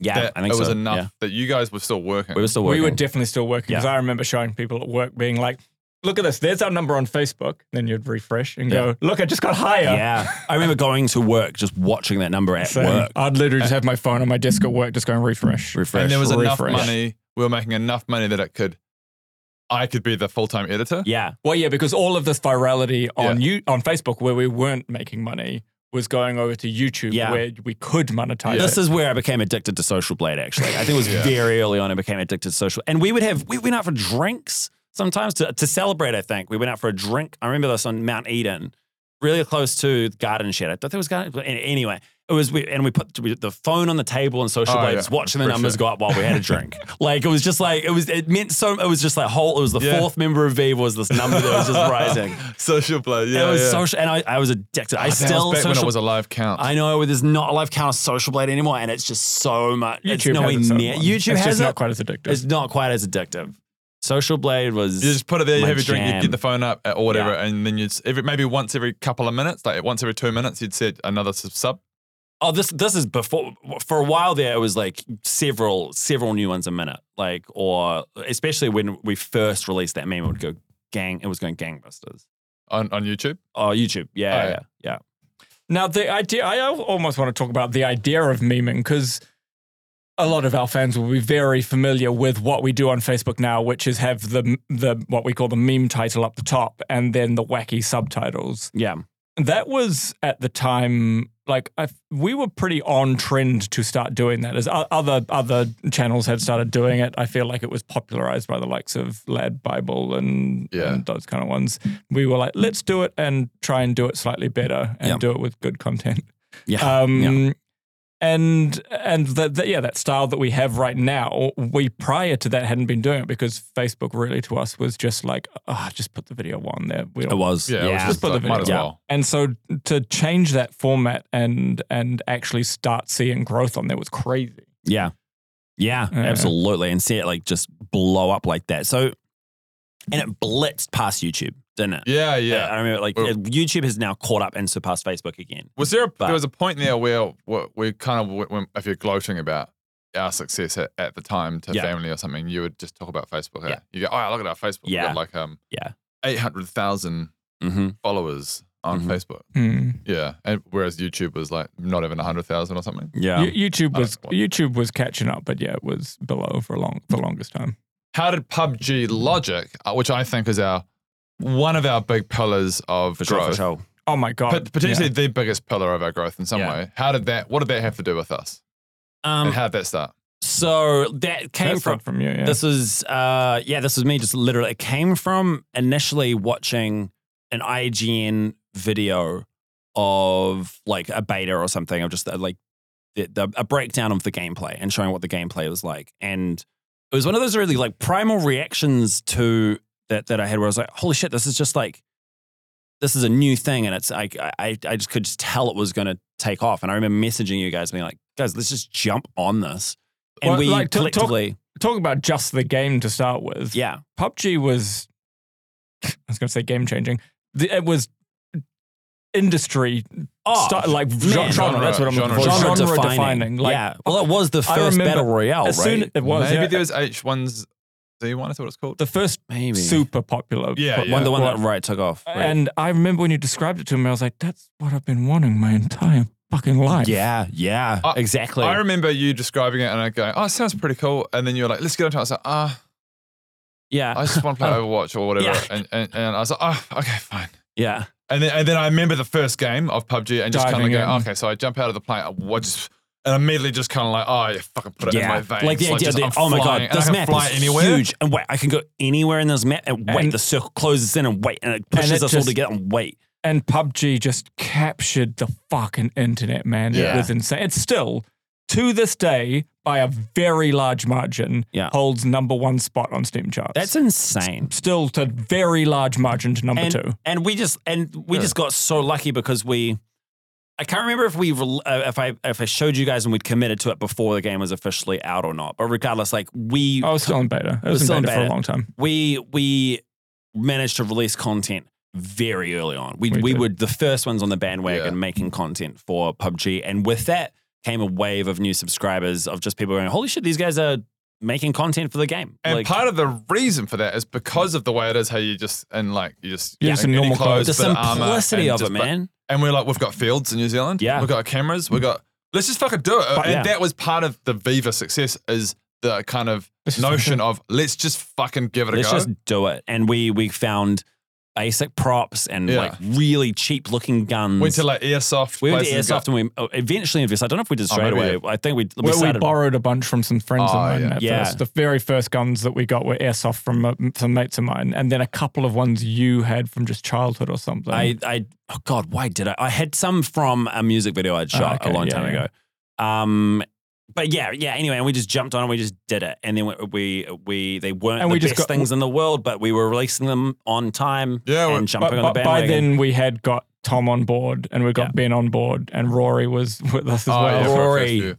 D: yeah,
E: that
D: I think
E: it was
D: so.
E: enough
D: Yeah.
E: that you guys were still working?
D: We were still
C: we
D: working.
C: were definitely still working because
D: Yeah.
C: I remember showing people at work being like, "Look at this! There's our number on Facebook." Then you'd refresh and go, "Look, I just got higher."
D: Yeah. I remember going to work, just watching that number at
C: Same.
D: work.
C: I'd literally just have my phone on my desk at work, just going refresh.
D: Refresh.
E: and there was enough
C: refresh.
E: money. We were making enough money that it could, I could be the full time editor.
D: yeah.
C: Well, yeah, because all of this virality on
E: Yeah.
C: you on Facebook, where we weren't making money, was going over to YouTube,
D: Yeah.
C: where we could monetize.
D: This
C: it.
D: is where I became addicted to Social Blade, actually. I think it was
E: Yeah.
D: very early on I became addicted to Social. And we would have, we went out for drinks sometimes to, to celebrate, I think. We went out for a drink. I remember this on Mount Eden. really close to garden shed. I thought there was garden. but an- Anyway, it was we and we put we, the phone on the table and social
E: Oh,
D: blades,
E: yeah.
D: just watching the
E: For
D: numbers
E: sure.
D: go up while we had a drink. like it was just like it was. It meant so. It was just like whole. It was the
E: Yeah.
D: fourth member of Vive was this number that was just rising.
E: Social play. Yeah,
D: it was
E: yeah.
D: social, and I, I was addicted. I
E: That was
D: still
E: back when it
D: social-
E: was a live count.
D: I know there's not a live count of Social Blade anymore, and it's just so much. it's
C: YouTube
D: nowhere
C: has its own
D: near.
C: one.
D: YouTube
C: it's
D: has
C: just
D: it.
C: not quite as addictive.
D: it's not quite as addictive. Social Blade was.
E: you just put it there, you
D: my
E: have your drink, you
D: jam.
E: get the phone up uh, or whatever, and then you just, every, maybe once every couple of minutes, like once every two minutes, you'd set another sub. sub.
D: Oh, this this is before. For a while there, it was like several several new ones a minute. Like, or especially when we first released that meme, it would go gang. It was going gangbusters.
E: On, on YouTube?
D: Oh, YouTube. Yeah,
E: Oh, yeah.
D: yeah, yeah.
C: Now, the idea, I al- almost want to talk about the idea of memeing because a lot of our fans will be very familiar with what we do on Facebook now, which is have the, the what we call the meme title up the top and then the wacky subtitles.
D: yeah.
C: That was at the time, like I, we were pretty on trend to start doing that. As o- other other channels had started doing it, I feel like it was popularized by the likes of Lad Bible and,
E: Yeah.
C: and those kind of ones. We were like, let's do it and try and do it slightly better and
D: Yeah.
C: do it with good content.
D: Yeah.
C: Um, And and the, the, yeah, that style that we have right now, we prior to that hadn't been doing it because Facebook really to us was just like, ah, just put the video on there. We
D: it
C: don't
D: was.
E: Yeah, it was just
C: put the
E: like, might
C: video
E: as
D: up.
E: well.
C: and so to change that format and and actually start seeing growth on there was crazy.
D: Yeah. Yeah,
C: Yeah.
D: absolutely. And see it like just blow up like that. So, and it blitzed past YouTube, didn't it?
E: Yeah,
D: Uh, I
E: yeah.
D: remember like
E: Well-
D: uh, YouTube has now caught up and surpassed Facebook again.
E: Was there a,
D: But-
E: there was a point there where where we kind of, went- went- if you're gloating about our success at, at the time to
D: Yeah.
E: family or something, you would just talk about Facebook. eh?
D: Yeah.
E: You go, oh, look at our Facebook. We've got
D: Yeah.
E: like um,
D: Yeah.
E: 800,000
D: Mm-hmm.
E: followers on
D: Mhm.
E: Facebook. Yeah. And whereas YouTube was like not even 100,000 or something.
D: Yeah.
C: You- YouTube
E: I
C: was
E: don't know.
C: YouTube was catching up, but yeah, it was below for long the longest time.
E: How did PUBG Logic, uh, which I think is our one of our big pillars of
D: for sure,
E: growth,
D: for sure. Um,
C: Oh my god!
E: pot- potentially the biggest pillar of our growth in some
D: Yeah.
E: way, how did that, what did that have to do with us?
D: Um,
E: and how did that start?
D: so that
C: yeah.
D: came
C: That's
D: from,
C: not from you. Yeah.
D: This was, uh, yeah, this was me just literally. It came from initially watching an IGN video of like a beta or something of just uh, like the, the, a breakdown of the gameplay and showing what the gameplay was like. And it was one of those really like primal reactions to that that I had where I was like, holy shit, this is just like this is a new thing and it's like I, I I just could just tell it was gonna take off. And I remember messaging you guys being like, guys, let's just jump on this. And
C: Well,
D: we
C: like, to- talk-
D: collectively,
C: Talk about just the game to start with.
D: yeah,
C: PUBG was, I was going to say game changing. The- It was industry
D: Oh,
C: style- like
D: man.
C: genre, That's what I'm
E: Genre-
C: looking for.
E: genre
C: defining. Like,
D: yeah. Well, it was the
C: I
D: first
C: remember
D: battle royale,
C: as soon
D: right?
C: it was
E: Maybe
C: yeah,
E: there was H1Z1, I thought it's called.
C: the first
D: Maybe
C: super popular.
E: Yeah,
C: pro-
E: yeah.
D: one, the one
C: Well,
D: that right took off. right?
C: And I remember when you described it to me, I was like, that's what I've been wanting my entire fucking life.
D: yeah, yeah,
E: I-
D: exactly.
E: I remember you describing it and I go, oh, it sounds pretty cool. And then you're like, let's get into it. I was like, ah,
D: yeah,
E: I just want to play Overwatch or whatever.
D: Um, Yeah.
E: And, and, and I was like, oh, okay, fine.
D: yeah,
E: And then, and then I remember the first game of PUBG and just kind of
C: Diving
E: go,
C: in.
E: okay, so I jump out of the plane. I wa- just, and immediately just kind of like, oh, yeah, fucking put it in
D: yeah.
E: my veins.
D: Like the idea
E: just,
D: that
E: I'm
D: oh my
E: flying,
D: god,
E: and I
D: this
E: can
D: map
E: fly
D: is
E: anywhere.
D: huge, and wait, I can go anywhere in this map, and wait,
C: And-
D: the circle closes in, and wait, and it pushes
C: it
D: us all
C: just-
D: together, and wait.
C: And PUBG just captured the fucking internet, man. It
E: Yeah.
C: was insane. It's still, to this day, by a very large margin,
D: Yeah.
C: holds number one spot on Steam charts.
D: That's insane.
C: still to very large margin to number
D: and,
C: two.
D: And we just and we just got so lucky because we. I can't remember if we rel- uh, if I if I showed you guys and we'd committed to it before the game was officially out or not. But regardless, like we
C: I was still in beta. It was,
D: was still
C: in
D: in
C: beta, for a
D: beta.
C: long time.
D: we we managed to release content very early on. We
C: We
D: we,
C: did.
D: were the first ones on the bandwagon
E: Yeah.
D: making content for PUBG, and with that came a wave of new subscribers of just people going, "Holy shit, these guys are making content for the game!"
E: And
D: Like,
E: part of the reason for that is because of the way it is, how you just, and like, you just,
C: Yeah.
E: you
C: Just a
E: know, any
C: normal clothes,
D: the
E: bit of armor,
D: simplicity
E: and
D: of
E: just-
D: it,
E: but-
D: man.
E: And we're like, we've got fields in New Zealand.
D: Yeah.
E: We've got cameras. We've got, let's just fucking do it.
D: But-
E: and
D: yeah.
E: that was part of the Viva success is the kind of
C: Let's just
E: notion of let's just fucking give it
D: Let's
E: a go.
D: just do it. And we we found basic props and
E: Yeah.
D: like really cheap looking guns.
E: Went to like airsoft.
D: we went to
E: places
D: airsoft
E: and
D: and we oh, eventually invested. I don't know if we did
E: Oh,
D: straight
E: maybe
D: away. I think we, we
C: Where we
D: started.
C: borrowed a bunch from some friends
E: Oh,
C: of mine.
E: yeah.
C: At
D: Yeah.
C: First. The very first guns that we got were airsoft from uh, some mates of mine, and then a couple of ones you had from just childhood or something.
D: I, I, oh God, why did I? I had some from a music video I'd shot
C: Oh, okay,
D: a long
C: yeah,
D: time
C: yeah.
D: ago. Um, but yeah, yeah. Anyway, and we just jumped on and we just did it, and then we we, we they weren't
C: And
D: the
C: we just
D: best
C: got-
D: things in the world, but we were releasing them on time.
E: Yeah,
D: and
E: we-
D: jumping
C: but,
D: on the
C: but by
D: bandwagon.
C: then we had got Tom on board, and we got
D: Yeah.
C: Ben on board, and Rory was with us as
E: Oh,
C: well.
E: yeah, for our
D: Rory.
E: first year.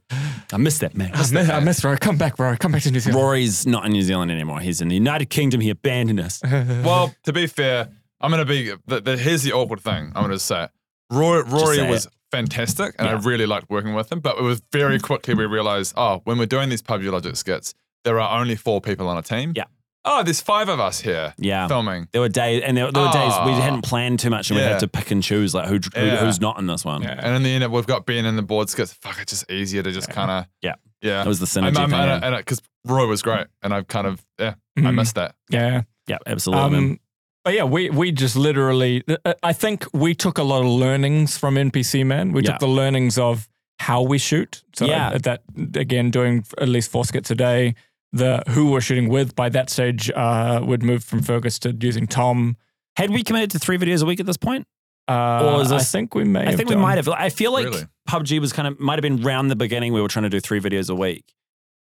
D: I missed that man.
C: I miss, I miss Rory. Come back, Rory. Come back to New Zealand.
D: Rory's not in New Zealand anymore. He's in the United Kingdom. He abandoned us.
E: Well, to be fair, I'm gonna be. The, the, here's the awkward thing. I'm gonna say, it. Rory, Rory
D: say
E: was fantastic, and I
D: Yeah. Mm.
E: really liked working with him. But it was very quickly we realized, oh, when we're doing these Pubologic skits, there are only four people on a team.
D: Yeah.
E: Oh, there's five of us here
D: Yeah.
E: filming.
D: There were days, and there, there were days we
E: Ah.
D: hadn't planned too much, and we
E: Yeah.
D: had to pick and choose like who, who
E: Yeah.
D: who's not in this one.
C: Yeah.
E: And in the end, we've got Ben and the board skits. Fuck, it's just easier to just kind of.
D: Yeah.
E: Yeah.
D: That was the
E: I'm,
D: synergy.
E: I'm, uh,
D: thing, yeah. Mm-hmm.
E: and because Roy was great, and I've kind of yeah, I
C: Mhm.
E: missed that.
C: Yeah. Um,
D: yeah, absolutely. man.
E: um,
C: but yeah, we we just literally. I- I think we took a lot of learnings from NPC Man. We
D: Yeah.
C: took the learnings of how we shoot. So uh,
D: Yeah.
C: that again, doing at least four skits a day. The who we're shooting with by that stage uh, would move from Fergus to using Tom.
D: Had we committed to three videos a week at this point?
C: Uh,
D: Or is
C: I
D: this-
C: think we may.
D: I think we
C: done-
D: might have. I feel like
E: Really?
D: PUBG was kind of might have been round the beginning. We were trying to do three videos a week,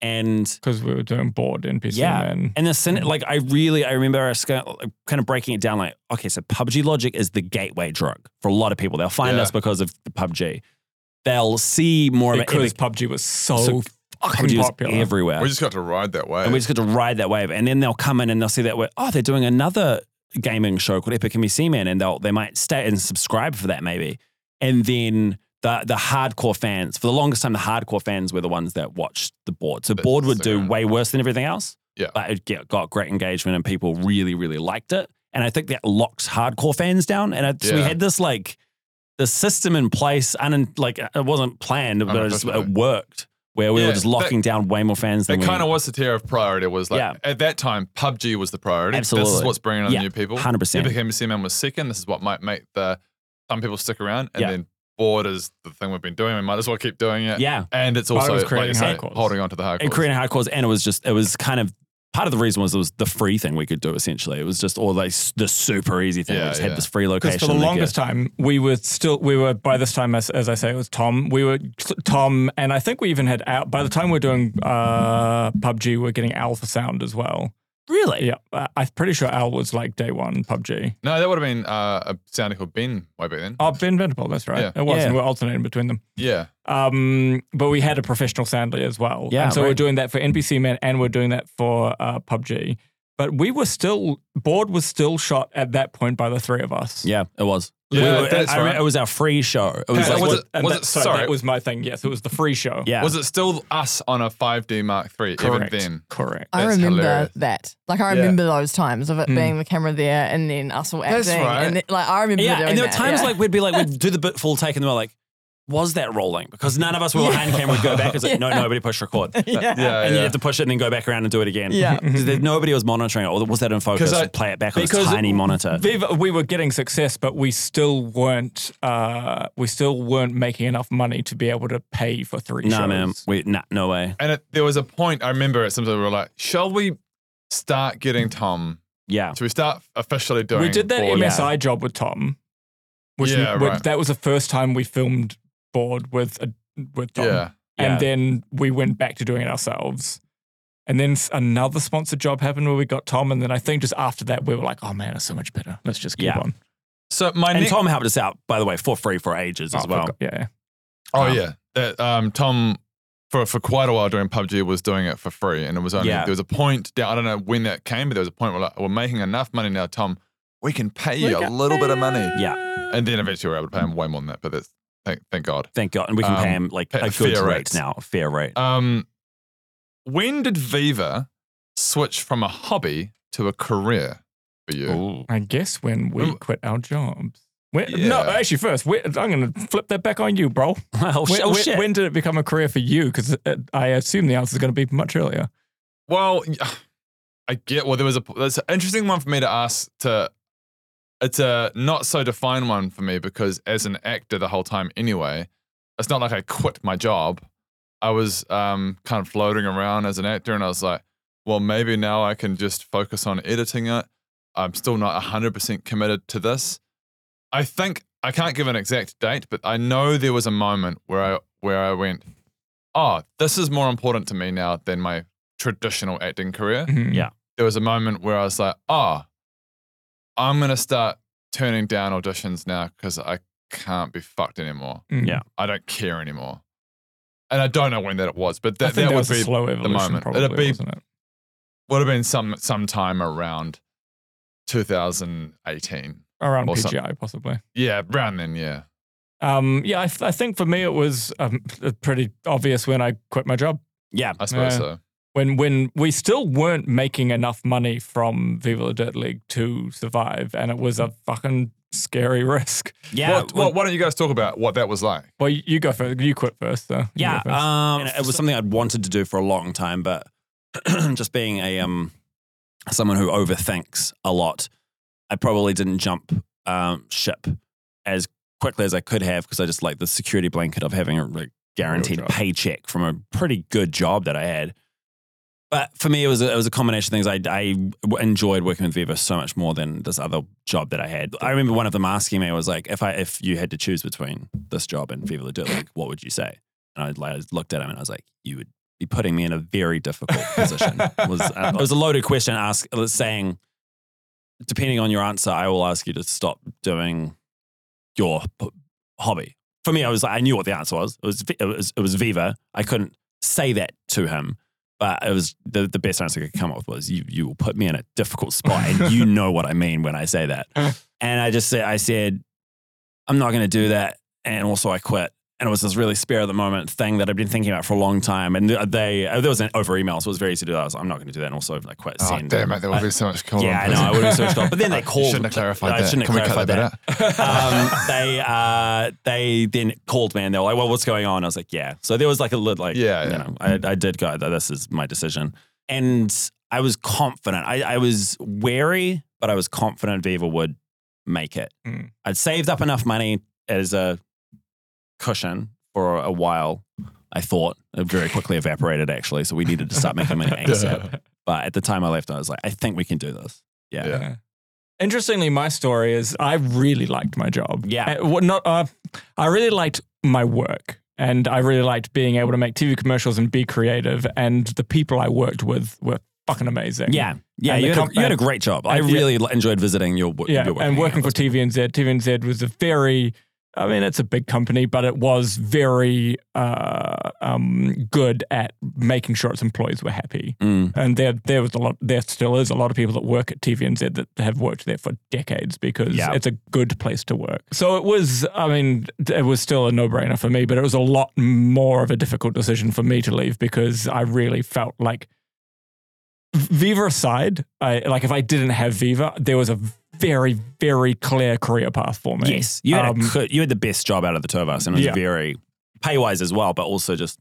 D: and
C: because we were doing bored NPC
D: Yeah.
C: Man.
D: and the syn- like I really I remember us kind of kind of breaking it down like okay, so PUBG Logic is the gateway drug for a lot of people. They'll find
E: Yeah.
D: us because of the PUBG. They'll see more of
C: Because
D: it.
C: PUBG was so,
D: So
C: fucking
D: PUBG was
C: popular.
D: everywhere.
E: We just got to ride that way.
D: and we just got to ride that wave. And then they'll come in and they'll see that we're oh they're doing another gaming show called Epic MBC Man, and they'll they might stay and subscribe for that maybe. And then the the hardcore fans for the longest time the hardcore fans were the ones that watched the board. So
E: That's
D: board would do
E: so-
D: way worse than everything else.
E: Yeah.
D: but it get, got great engagement and people really really liked it. And I think that locks hardcore fans down. And I, so we
E: Yeah.
D: had this like the system in place, and like it wasn't planned, but it, just, it
E: definitely.
D: worked. Where we
E: Yeah,
D: were just
E: that-
D: locking down way more fans
E: It
D: than we
E: kind of was the tier of priority. Was like
D: Yeah.
E: at that time, PUBG was the priority. This is
D: Absolutely.
E: what's bringing on
D: Yeah,
E: new people.
D: 100%.
E: Epic MC Man was second. This is what might make the some people stick around, and
D: Yeah.
E: then board is the thing we've been doing. We might as well keep doing it.
D: Yeah.
E: and it's
C: it was
E: also like you
C: creating
E: say,
C: hardcores.
E: holding on to the hardcore.
D: and creating hardcores, and it was just it was kind of part of the reason was it was the free thing we could do essentially. It was just all like s- the super easy thing. we
E: Yeah,
D: just
E: yeah.
D: had this free
C: Because
D: location.
C: for the
D: that
C: longest time, we were still, we were, by this time, as, as I say, it was Tom. We were Tom, and I think we even had Al. By the time we are doing uh, PUBG, we we're getting Al for sound as well.
D: could- really,
C: Yeah. I- I'm pretty sure Al was like day one PUBG.
E: No, that would have been uh, a sound called Ben way back then.
C: Oh, Ben Venable, that's right.
E: Yeah.
C: It was,
D: Yeah.
C: and we're alternating between them.
E: Yeah,
C: Um, but we had a professional soundly as well.
D: Yeah,
C: And so we're
D: right.
C: doing that for NPC Man and we're doing that for uh, PUBG. But we were still, board was still shot at that point by the three of us.
D: yeah, it was.
E: Yeah,
D: We were-
E: that's
D: I remember
E: right.
D: It was our free show. It was
E: Yeah,
D: like,
E: was
D: what-
E: it- was it-
C: sorry,
E: sorry.
C: that was my thing. Yes, it was the free show.
D: yeah,
E: was it still us on a 5D Mark III
C: correct.
E: even then?
C: Correct.
F: I
E: That's
F: remember
E: hilarious.
F: that. Like I
E: Yeah. Hmm.
F: remember those times of it
C: Mm.
F: being the camera there and then us all acting.
E: That's right.
F: And then, like I remember
D: yeah.
F: doing
D: And there were
F: that,
D: times
F: yeah.
D: like we'd be like we'd do the bit full take, and they were like, "Was that rolling?" Because none of us were behind camera. Would go back. It's like no, nobody push record.
F: yeah.
E: Yeah,
D: And
E: yeah.
D: you have to push it and then go back around and do it again.
F: Yeah.
D: Because there- nobody was monitoring it. Or was that in focus?
E: 'Cause I-
D: Play it back on a
C: because-
D: tiny monitor.
C: Viva, we were getting success, but we still weren't. Uh, we still weren't making enough money to be able to pay for three
D: Nah,
C: shows.
D: man. We, nah, no way.
E: And it, there was a point I remember at some point we were like, shall we start getting Tom?
D: Yeah.
E: Should we start officially doing?
C: we did that
E: board?
C: MSI job with Tom, which
E: Yeah,
C: we-
E: right.
C: that was the first time we filmed board with a, with Tom,
E: Yeah.
C: and
D: Yeah.
C: then we went back to doing it ourselves. And then s- another sponsored job happened where we got Tom, and then I think just after that we were like, "Oh man, it's so much better. Let's just keep
D: Yeah.
C: on."
E: So my
D: And
E: next-
D: Tom helped us out, by the way, for free for ages
C: Oh,
D: as well.
C: forgot- yeah,
E: Oh
D: Um,
E: yeah, that um, Tom for for quite a while during PUBG was doing it for free, and it was only
D: Yeah.
E: there was a point down. I don't know when that came, but there was a point where like, we're making enough money now, Tom. We can pay you a little bit of money,
D: Yeah.
E: and then eventually we were able to pay him way more than that. But that's thank thank God.
D: Thank God. And we can
E: Um,
D: pay him like
E: pay-
D: a
E: fair
D: good rate
E: rates.
D: now, a fair rate.
E: Um, when did Viva switch from a hobby to a career for you?
C: I guess when we
E: Remember-
C: quit our jobs. When, No,
E: Mm. Yeah.
C: actually, first, we- I'm going to flip that back on you, bro.
D: oh,
C: When,
D: shit, oh,
C: when-
D: shit.
C: when did it become a career for you? Because I assume the answer is going to be much earlier.
E: Well, I get. Well, there was a. That's an interesting one for me to ask to it's a not so defined one for me because as an actor the whole time anyway, it's not like I quit my job. I was um, kind of floating around as an actor and I was like, well, maybe now I can just focus on editing it. I'm still not 100% committed to this. I think I can't give an exact date, but I know there was a moment where I where I went, "Oh, this is more important to me now than my traditional acting career."
C: Mhm.
D: Yeah.
E: there was a moment where I was like, oh, I'm going to start turning down auditions now because I can't be fucked anymore.
C: Mm.
D: Yeah.
E: I don't care anymore. And I don't know when that it was, but
C: I
E: that,
C: think
E: that,
C: that,
E: would
C: was
E: be
C: a slow evolution.
E: moment.
C: Probably,
E: It'd be-
C: wasn't it?
E: would have been some sometime around 2018.
C: around
E: or some-
C: PGI possibly.
E: Yeah, around then, yeah.
C: Um, yeah, I, th- I think for me it was um, pretty obvious when I quit my job.
D: Yeah.
E: I suppose
C: Yeah.
E: so.
C: When when we still weren't making enough money from Viva La Dirt League to survive, and it was a fucking scary risk.
D: Yeah.
E: Well, well, why don't you guys talk about what that was like?
C: Well, you, you go first. You quit first, though. You
D: yeah.
C: go first.
D: Um, it was something I'd wanted to do for a long time, but just being a um, someone who overthinks a lot, I probably didn't jump um, ship as quickly as I could have because I just like the security blanket of having a like, guaranteed
C: job.
D: paycheck from a pretty good job that I had. But for me, it was a, it was a combination of things. I, I w- enjoyed working with Viva so much more than this other job that I had. I remember one of them asking me was like, if I if you had to choose between this job and Viva La Dirt, like, what would you say? And I, like, I looked at him and I was like, you would be putting me in a very difficult position. It was uh, it was a loaded question. Ask it was saying, depending on your answer, I will ask you to stop doing your p- hobby. For me, I was like, I knew what the answer was. It was it was it was Viva. I couldn't say that to him. But it was the, the best answer I could come up with was you you will put me in a difficult spot and you know what I mean when I say that. and I just said I said, I'm not gonna do that. And also I quit. And it was this really spare of the moment thing that I've been thinking about for a long time. And they uh, there was an over email, so it was very easy to do. I was, I'm not gonna do that. And also I quit.
E: Oh,
D: Send.
E: damn it, that would
D: I-
E: be so much cooler.
D: yeah, I
E: in
D: know. I
E: person.
D: would have switched off. But then they
E: You
D: called.
E: shouldn't have clarified
D: I
E: that.
D: shouldn't have
E: Can we cut
D: clarified
E: that bit
D: that. um, they uh, they then called me and they were like, "Well, what's going on?" I was like, "Yeah." So there was like a little like,
E: Yeah,
D: you
E: yeah.
D: know, I, I did go. "Th- This is my decision, and I was confident. I, I was wary, but I was confident Viva would make it.
C: Mm.
D: I'd saved up enough money as a cushion for a while. I thought it very quickly evaporated actually, so we needed to start making money ASAP. But at the time I left, I was like, I think we can do this. Yeah.
E: Yeah.
C: Interestingly, my story is I really liked my job.
D: Yeah.
C: Uh, what not? Uh, I really liked my work, and I really liked being able to make TV commercials and be creative. And the people I worked with were fucking amazing.
D: Yeah, yeah,
C: And
D: you had, a,
C: the comp-
D: you had a great job. I
C: and-
D: really li- enjoyed visiting your, wo-
C: yeah,
D: your work
C: and working
D: here.
C: for TVNZ. TVNZ was a very, I mean, it's a big company, but it was very uh, um, good at making sure its employees were happy.
D: Mm.
C: And there, there was a lot. There still is a lot of people that work at TVNZ that have worked there for decades because
D: Yeah.
C: it's a good place to work. So it was. I mean, it was still a no-brainer for me, but it was a lot more of a difficult decision for me to leave because I really felt like Viva aside, I, like if I didn't have Viva, there was a very, very clear career path for me.
D: Yes, you had
C: Um,
D: a, cou- you had the best job out of the two of us, and it was
C: Yeah.
D: very pay wise as well, but also just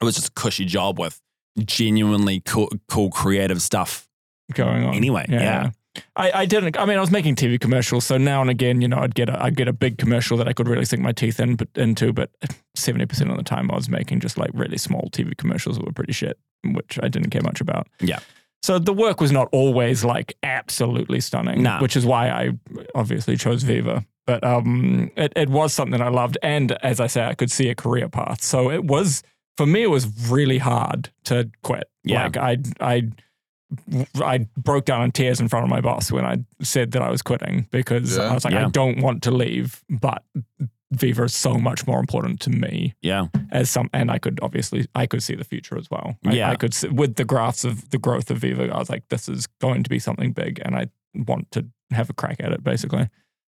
D: it was just a cushy job with genuinely cool, cool creative stuff.
C: going on.
D: Anyway, yeah.
C: I, I didn't. I mean, I was making TV commercials, so now and again, you know, I'd get a, I'd get a big commercial that I could really sink my teeth in, but, into. But seventy percent of the time, I was making just like really small TV commercials that were pretty shit, which I didn't care much about.
D: Yeah.
C: So the work was not always like absolutely stunning,
D: Nah.
C: which is why I obviously chose Viva. But um, it, it was something I loved, and as I say, I could see a career path. So it was for me, it was really hard to quit.
D: Yeah.
C: Like I, I I broke down in tears in front of my boss when I said that I was quitting because
E: Yeah.
C: I was like,
D: Yeah.
C: I don't want to leave, but Viva is so much more important to me
D: Yeah,
C: as some, and I could obviously I could see the future as well. I,
D: Yeah.
C: I could see, with the graphs of the growth of Viva, I was like, this is going to be something big, and I want to have a crack at it. Basically,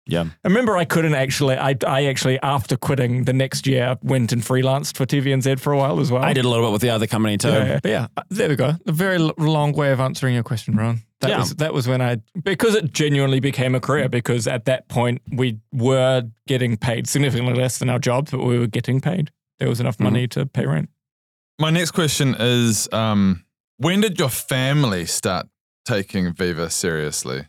D: Yeah.
C: I remember I couldn't actually. I I actually after quitting the next year went and freelanced for TVNZ for a while as well.
D: I did a little bit with the other company too.
C: Oh. Yeah, yeah. But yeah, uh, there we go. A very l- long way of answering your question, Ron. That
D: Yeah.
C: was that was when I because it genuinely became a career because at that point we were getting paid significantly less than our jobs, but we were getting paid. There was enough money to pay rent.
E: My next question is um, when did your family start taking Viva seriously?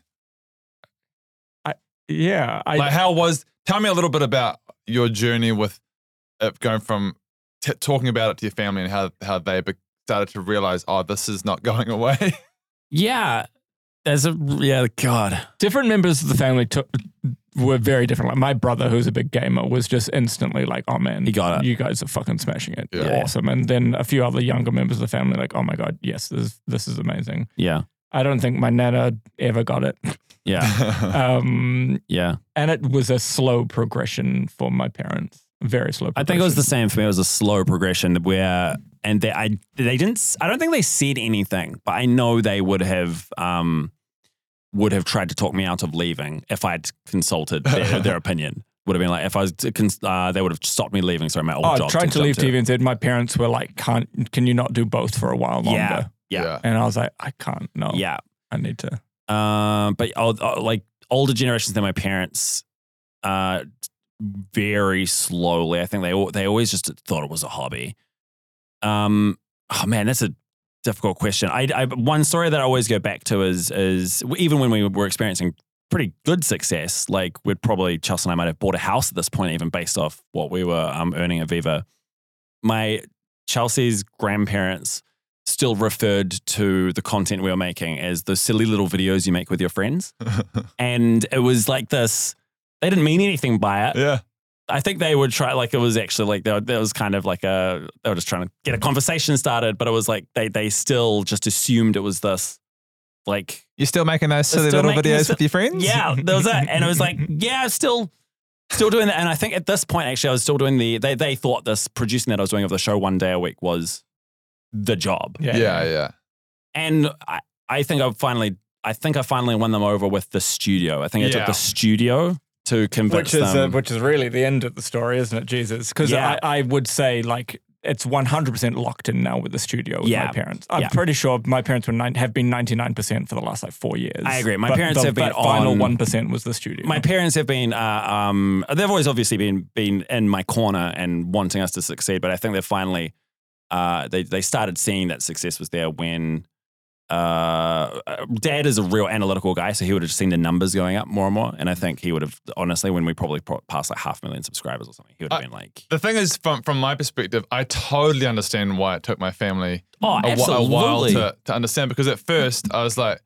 C: yeah, I,
E: like, how was? Tell me a little bit about your journey with it going from t- talking about it to your family and how how they be- started to realize, oh, this is not going away.
D: Yeah. There's a yeah, God.
C: different members of the family took were very different. Like my brother, who's a big gamer, was just instantly like, "Oh man,
D: He got it.
C: You guys are fucking smashing it.
E: Yeah.
C: Awesome!" And then a few other younger members of the family like, "Oh my god, yes, this is, this is amazing."
D: Yeah.
C: I don't think my nana ever got it.
D: Yeah.
C: Um,
D: Yeah.
C: and it was a slow progression for my parents. Very slow.
D: I think it was the same for me. It was a slow progression where, and they, I, they didn't. s- I don't think they said anything, but I know they would have, um, would have tried to talk me out of leaving if I'd consulted their, their opinion. Would have been like if I was, to cons- uh, they would have stopped me leaving. Sorry, my old
C: Oh,
D: job.
C: I tried to
D: job
C: leave
D: too.
C: TV and said my parents were like, "Can't? Can you not do both for a while longer?"
D: Yeah. Yeah.
C: And I was like, "I can't. No.
D: Yeah.
C: I need to."
D: Um, but uh, uh, like older generations than my parents, uh, very slowly. I think they al- they always just thought it was a hobby. Um, oh man, that's a difficult question. I, I one story that I always go back to is is even when we were experiencing pretty good success, like we'd probably Chelsea and I might have bought a house at this point, even based off what we were um, earning at Viva. My Chelsea's grandparents still referred to the content we were making as the silly little videos you make with your friends. and it was like this, they didn't mean anything by it.
E: yeah.
D: I think they would try, like, it was actually like, there was kind of like a, they were just trying to get a conversation started, but it was like they, they still just assumed it was this, like,
G: You're still making those
D: They're
G: silly
D: still
G: little
D: making those
G: videos
D: sil-
G: with your friends?
D: yeah, there was that. And I was like, yeah, still, still doing that. And I think at this point, actually, I was still doing the, they, they thought this producing that I was doing of the show one day a week was the job.
E: Yeah. Yeah.
D: and I, I think I finally, I think I finally won them over with the studio. I think I
C: Yeah.
D: took the studio to convince
C: which is uh,
D: them.
C: which is really the end of the story, isn't it, Jesus? Because
D: um, Yeah.
C: I, I would say like it's one hundred percent locked in now with the studio with
D: Yeah.
C: my parents. I'm
D: Yeah.
C: pretty sure my parents were nine, have been ninety nine percent for the last like four years.
D: I agree. My parents
C: the,
D: have been
C: that final
D: on-
C: one percent was the studio.
D: my parents have been, uh, um, they've always obviously been been in my corner and wanting us to succeed, but I think they finally, uh, they they started seeing that success was there when. Uh, dad is a real analytical guy, so he would have just seen the numbers going up more and more. And I think he would have, honestly, when we probably pro- passed like half a million subscribers or something, he would have
E: I-
D: been like,
E: The thing is, from from my perspective, I totally understand why it took my family
D: "Oh,
E: a, wh- a
D: absolutely,
E: while to, to understand because at first I was like,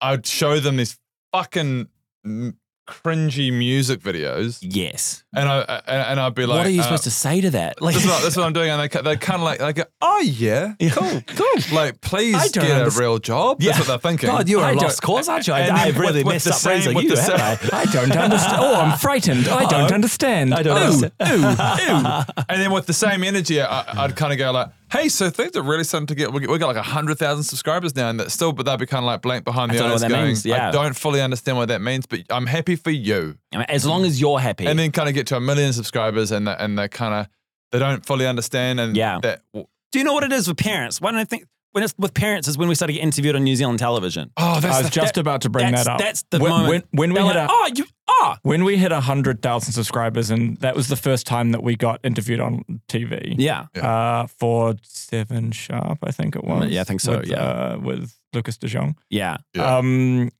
E: I'd show them these fucking m- cringy music videos,
D: yes."
E: and I and, and I'd be like,
D: what are you
E: uh,
D: supposed to say to that? Like,
E: This is, what, this is what I'm doing, and they ca- they kind of like they go, oh yeah, cool, cool. Like,
D: I
E: please
D: don't
E: get
D: underst-
E: a real job. That's what they're thinking.
D: God, you are
C: I
D: a
C: don't-
D: lost cause, aren't you? I,
E: and
D: I've
E: with-
D: really
E: with
D: messed
E: the
D: up
E: same-
D: raising
E: with
D: you,
E: the
D: haven't I?
E: same-
C: I don't understand. oh, I'm frightened. I don't
D: Uh-oh.
C: understand.
D: I don't
C: Ooh,
D: understand. Oh.
C: Ooh, ooh.
E: And then with the same energy, I, I'd kind of go like, "Hey, so things are really starting to get. We we got like hundred thousand subscribers now, and that still, but they'd be kind of like blank behind the
D: don't know
E: eyes,
D: what that
E: going,
D: means, yeah.
E: "I don't fully understand what that means, but I'm happy for you."
D: I mean, as long as you're happy.
E: And then kind of get to a million subscribers, and they, and they kind of they don't fully understand, and
D: Yeah.
E: that, oh,
D: Do you know what it is with parents? Why don't I think when it's with parents is when we started getting interviewed on New Zealand television.
E: oh, that's
C: I was
E: the-
C: just
E: that-
C: about to bring
D: that's,
C: that up.
D: That's the
C: when,
D: moment.
C: when, when we
D: They're
C: had
D: like,
C: a,
D: oh, you are.
C: when we hit hundred thousand subscribers, and that was the first time that we got interviewed on TV.
D: Yeah. Mm,
C: uh, for seven sharp, I think it was.
D: yeah, I think so,
C: With,
D: yeah.
C: uh, with Lucas De Jong.
D: Yeah.
E: Yeah.
C: Um,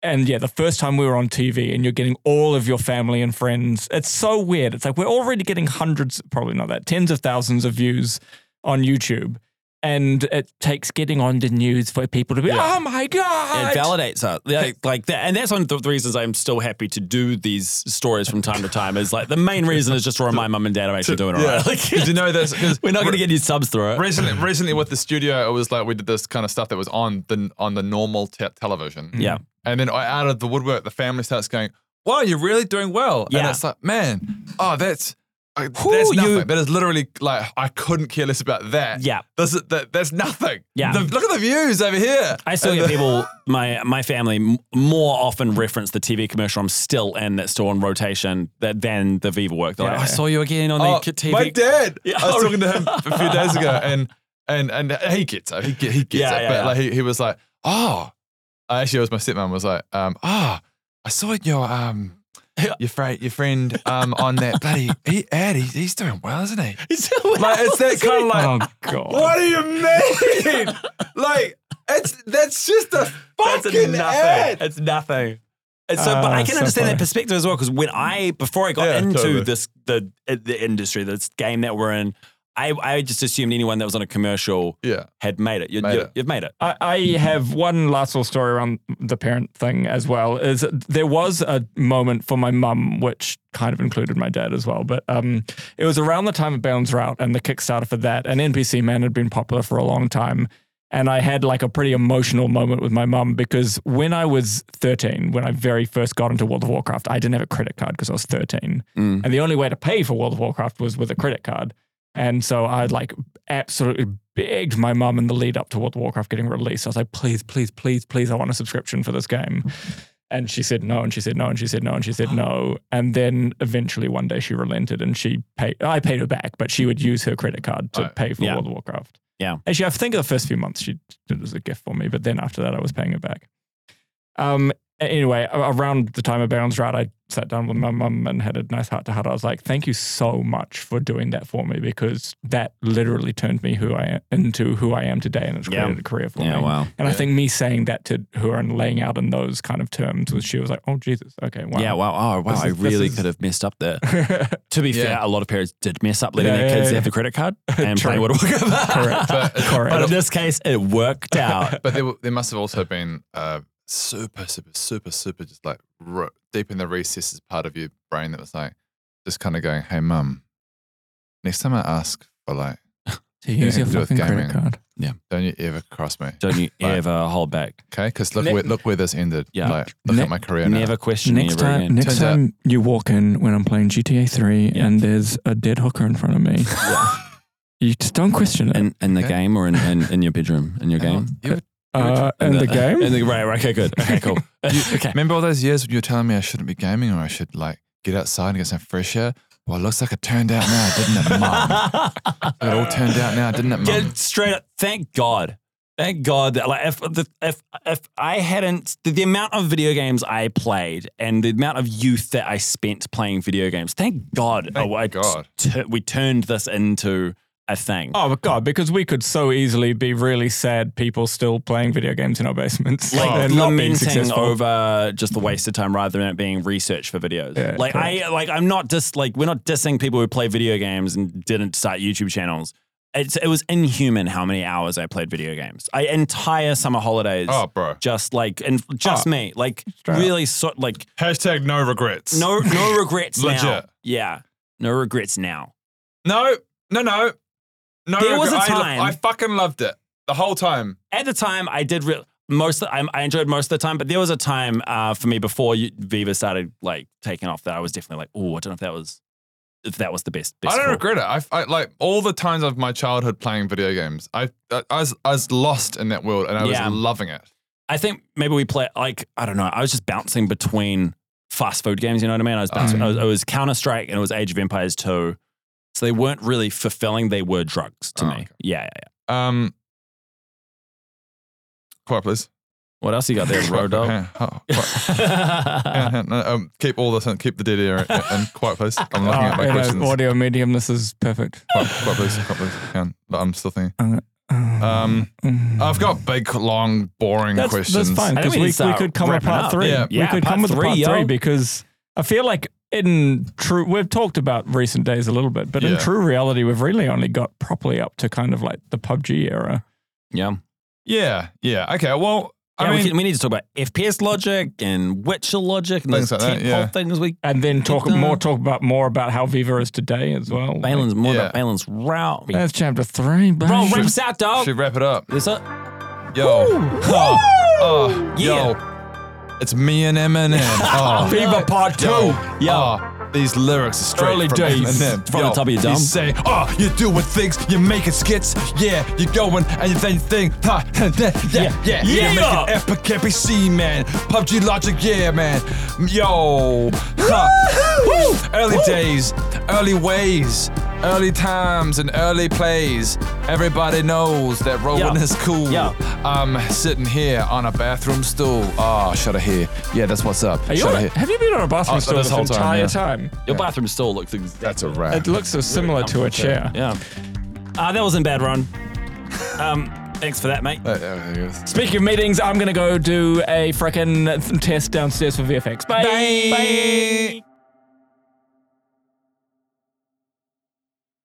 C: and yeah, the first time we were on TV, and you're getting all of your family and friends. It's so weird. It's like we're already getting hundreds, probably not that, tens of thousands of views on YouTube. And it takes getting on the news for people to be, oh my God.
D: It validates us. Like, like that. And that's one of the reasons I'm still happy to do these stories from time to time is like the main reason is just to remind mum and dad I'm actually doing all
E: yeah.
D: right.
E: Did you
D: Like,
E: know this? 'Cause
D: we're not going to get any subs through it.
E: recently, recently with the studio, it was like we did this kind of stuff that was on the on the normal te- television. Mm-hmm.
D: Yeah.
E: And then I- out of the woodwork, the family starts going, "Wow, you're really doing well." And
D: Yeah.
E: it's like, man, oh, that's uh, that's
D: Whew,
E: nothing.
D: you-
E: that is literally like I couldn't care less about that.
D: Yeah.
E: This is, that, that's nothing.
D: Yeah.
E: The- look at the views over here.
D: I still get people. My my family m- more often reference the TV commercial I'm still in that's still on rotation that than the Viva work. They're like,
C: Yeah.
D: I saw you again on
E: Oh,
D: the TV.
E: my dad.
D: Yeah.
E: I was talking to him a few days ago, and and and uh, he gets it. He gets, he gets
D: Yeah,
E: it.
D: yeah,
E: but
D: yeah.
E: like he, he was like, oh, I actually it was my stepmom was like, um, ah, I saw your um. Your friend, your friend, um, on that bloody he, ad, he's, he's doing well, isn't he? Like it's that kind of like,
C: Oh, God.
E: What do you mean? like, it's that's just a fucking
D: That's nothing.
E: ad.
D: It's nothing. And so, but
C: Ah,
D: I can
C: so
D: understand
C: funny.
D: that perspective as well because when I before I got
E: Yeah,
D: into
E: totally.
D: this the the industry, this game that we're in, I, I just assumed anyone that was on a commercial
E: Yeah.
D: had made it. You,
E: Made
D: you,
E: it.
D: You've made it.
C: I, I have one last little story around the parent thing as well. Is there was a moment for my mum, which kind of included my dad as well, but um, it was around the time of Bounds Route and the Kickstarter for that, and NPC Man had been popular for a long time. And I had like a pretty emotional moment with my mum because when I was 13, when I very first got into World of Warcraft, I didn't have a credit card because I was 13.
D: Mm.
C: And the only way to pay for World of Warcraft was with a credit card. And so I like absolutely begged my mum in the lead up to World of Warcraft getting released. I was like, please, please, please, please, I want a subscription for this game. And she said no, and she said no, and she said no, and she said no. And then eventually one day she relented and she paid, I paid her back, but she would use her credit card to
E: Right.
C: pay for
D: Yeah.
C: World of Warcraft.
D: Yeah.
C: Actually, I think the first few months she did it as a gift for me, but then after that I was paying her back. Um, anyway, a- around the time of Baron's Route, I sat down with my mum and had a nice heart to heart. I was like, thank you so much for doing that for me because that literally turned me who I am, into who I am today and it's
D: Yeah.
C: created a career for me.
D: wow.
C: And I
E: Yeah.
C: think me saying that to her and laying out in those kind of terms was she was like, oh, Jesus. Okay. Wow.
D: Yeah, wow. Oh, wow.
C: This
D: I
C: is- this
D: really
C: is-
D: could have messed up there. to be fair,
E: Yeah.
D: a lot of parents did mess up letting
C: Yeah,
D: their
C: yeah,
D: kids
C: yeah.
D: have the credit card and
C: True.
D: play World of Warcraft.
C: Correct. Correct.
D: But in this case, it worked out.
E: But there, were- there must have also been uh, super, super, super, super, just like ro- deep in the recesses part of your brain that was like, just kind of going, hey, mum, next time I ask for like,
C: to use
E: Yeah,
C: your
E: do it
C: fucking credit
E: gaming.
C: card.
E: don't you ever cross me.
D: Don't you
E: Right.
D: ever hold back.
E: Okay, because look
D: Ne-
E: where look where this ended.
D: Yeah.
E: like, look
C: Ne-
E: at my career now.
D: Never question me
C: next
D: ever
C: time,
D: again.
C: next
E: Turns out-
C: time you walk in when I'm playing GTA 3
D: Yeah.
C: and there's a dead hooker in front of me, you just don't question it.
D: in, in the
E: Okay.
D: game or in, in, in your bedroom? In your game?
E: You ever-
C: uh, in the, game?
D: in the- right, right, okay, good. Okay, cool. okay.
E: remember all those years when you were telling me I shouldn't be gaming or I should like get outside and get some fresh air? Well, it looks like it turned out now, didn't it, mum? it all turned out now, didn't it,
D: Get
E: mum?
D: it straight up. Thank God. Thank God that like if the, if if I hadn't the, the amount of video games I played and the amount of youth that I spent playing video games. Thank God.
E: Thank
D: I
E: God.
D: tu- we turned this into a thing.
C: Oh my god! Because we could so easily be really sad people still playing video games in our basements,
D: like
C: and not being
D: lamenting
C: successful.
D: over just the wasted time rather than it being research for videos.
C: Yeah,
D: like I like I'm not just like we're not dissing people who play video games and didn't start YouTube channels. It's, it was inhuman how many hours I played video games. I entire summer holidays.
E: Oh, bro.
D: Just like and just
C: Oh.
D: me, like
C: Straight up.
D: really so like
E: Hashtag no regrets.
D: no no regrets now.
E: Legit.
D: Yeah, no regrets now.
E: No, no, no, no.
D: There was a
E: I lo-
D: time-
E: I, fucking loved it the whole time.
D: at the time I did re- most I, I enjoyed most of the time, but there was a time uh, for me before you, Viva started like taking off that I was definitely like, oh, I don't know if that was if that was the best. best
E: I don't
D: call."
E: regret it. I, I like all the times of my childhood playing video games. I I, I was I was lost in that world and I was
D: Yeah.
E: loving it.
D: I think maybe we play like I don't know. I was just bouncing between fast food games. You know what I mean? I was bouncing, I
E: Mm.
D: was, it was Counter Strike and it was Age of Empires two. So they weren't really fulfilling. They were drugs to
E: Oh,
D: me.
E: okay.
D: Yeah, yeah.
E: Um, quiet please.
D: What else you got there, Road Dog?
E: Yeah, oh, quiet.
D: yeah,
E: Yeah, yeah, no, um, keep all this in, keep the dead air in, in quiet please. I'm
C: Oh,
E: looking at my
C: in a
E: questions. Quiet,
C: audio medium, this is perfect.
E: quiet please. Quiet please. Can, I'm still thinking.
C: Um, mm.
E: Um, I've got big, long, boring
C: that's,
E: questions.
C: That's fine
D: I think
C: because
D: we
C: we,
D: need to
C: we
D: start
C: could come with
D: wrapping
C: part
D: up.
C: three.
E: Yeah.
C: we
D: Yeah,
C: could
D: part
C: come with
D: three,
C: part
D: yo.
C: three because I feel like in true we've talked about recent days a little bit, but in
E: Yeah.
C: true reality, we've really only got properly up to kind of like the PUBG era.
E: Yeah, yeah. Okay. Well, I
D: we,
E: mean,
D: can- we need to talk about FPS logic and Witcher logic and
E: Things
D: those
E: like that,
D: tentpole
E: yeah.
D: things we
C: And then talk
D: Yeah.
C: more talk about more about how Viva is today as well.
D: Balin's more
E: Yeah.
D: about Balin's route. Bro,
C: That's chapter three, baby.
D: wraps out, dog.
E: should wrap it up.
D: This up.
E: Yo. Oh, oh,
D: Yeah.
E: yo. It's me and Eminem. Oh,
C: Viva part
E: yo.
C: two.
E: Oh, these lyrics are straight
C: Early
E: from
C: days.
E: Eminem.
D: From the
E: Yo,
D: top of your dome.
E: He's saying, oh, you're doing things, you're making skits, yeah, you're going and then you think, ha, and then, yeah, yeah, yeah,
D: Yeah.
E: you're making epic NPC, man. PUBG logic, yeah, man. Yo, ha. Woo. early days, early ways, early times, and early plays. Everybody knows that rolling
D: Yeah.
E: is cool.
D: Yeah.
E: I'm sitting here on a bathroom stool. Oh, shut it here. Yeah, that's what's up.
C: Are you
E: shut
C: on
E: it
C: a,
E: here.
C: have you been on a bathroom
E: Oh,
C: stool
E: this
C: this,
E: whole time,
C: entire
E: yeah.
C: time?
D: Your bathroom still looks exactly.
E: That's a wrap. Uh,
C: It looks so similar to a chair.
D: Yeah. Uh, that wasn't bad, Ron. Um, Thanks for that, mate.
E: Uh, uh, there it is.
C: Speaking of meetings, I'm gonna go do a frickin' test downstairs for VFX. Bye.
E: Bye.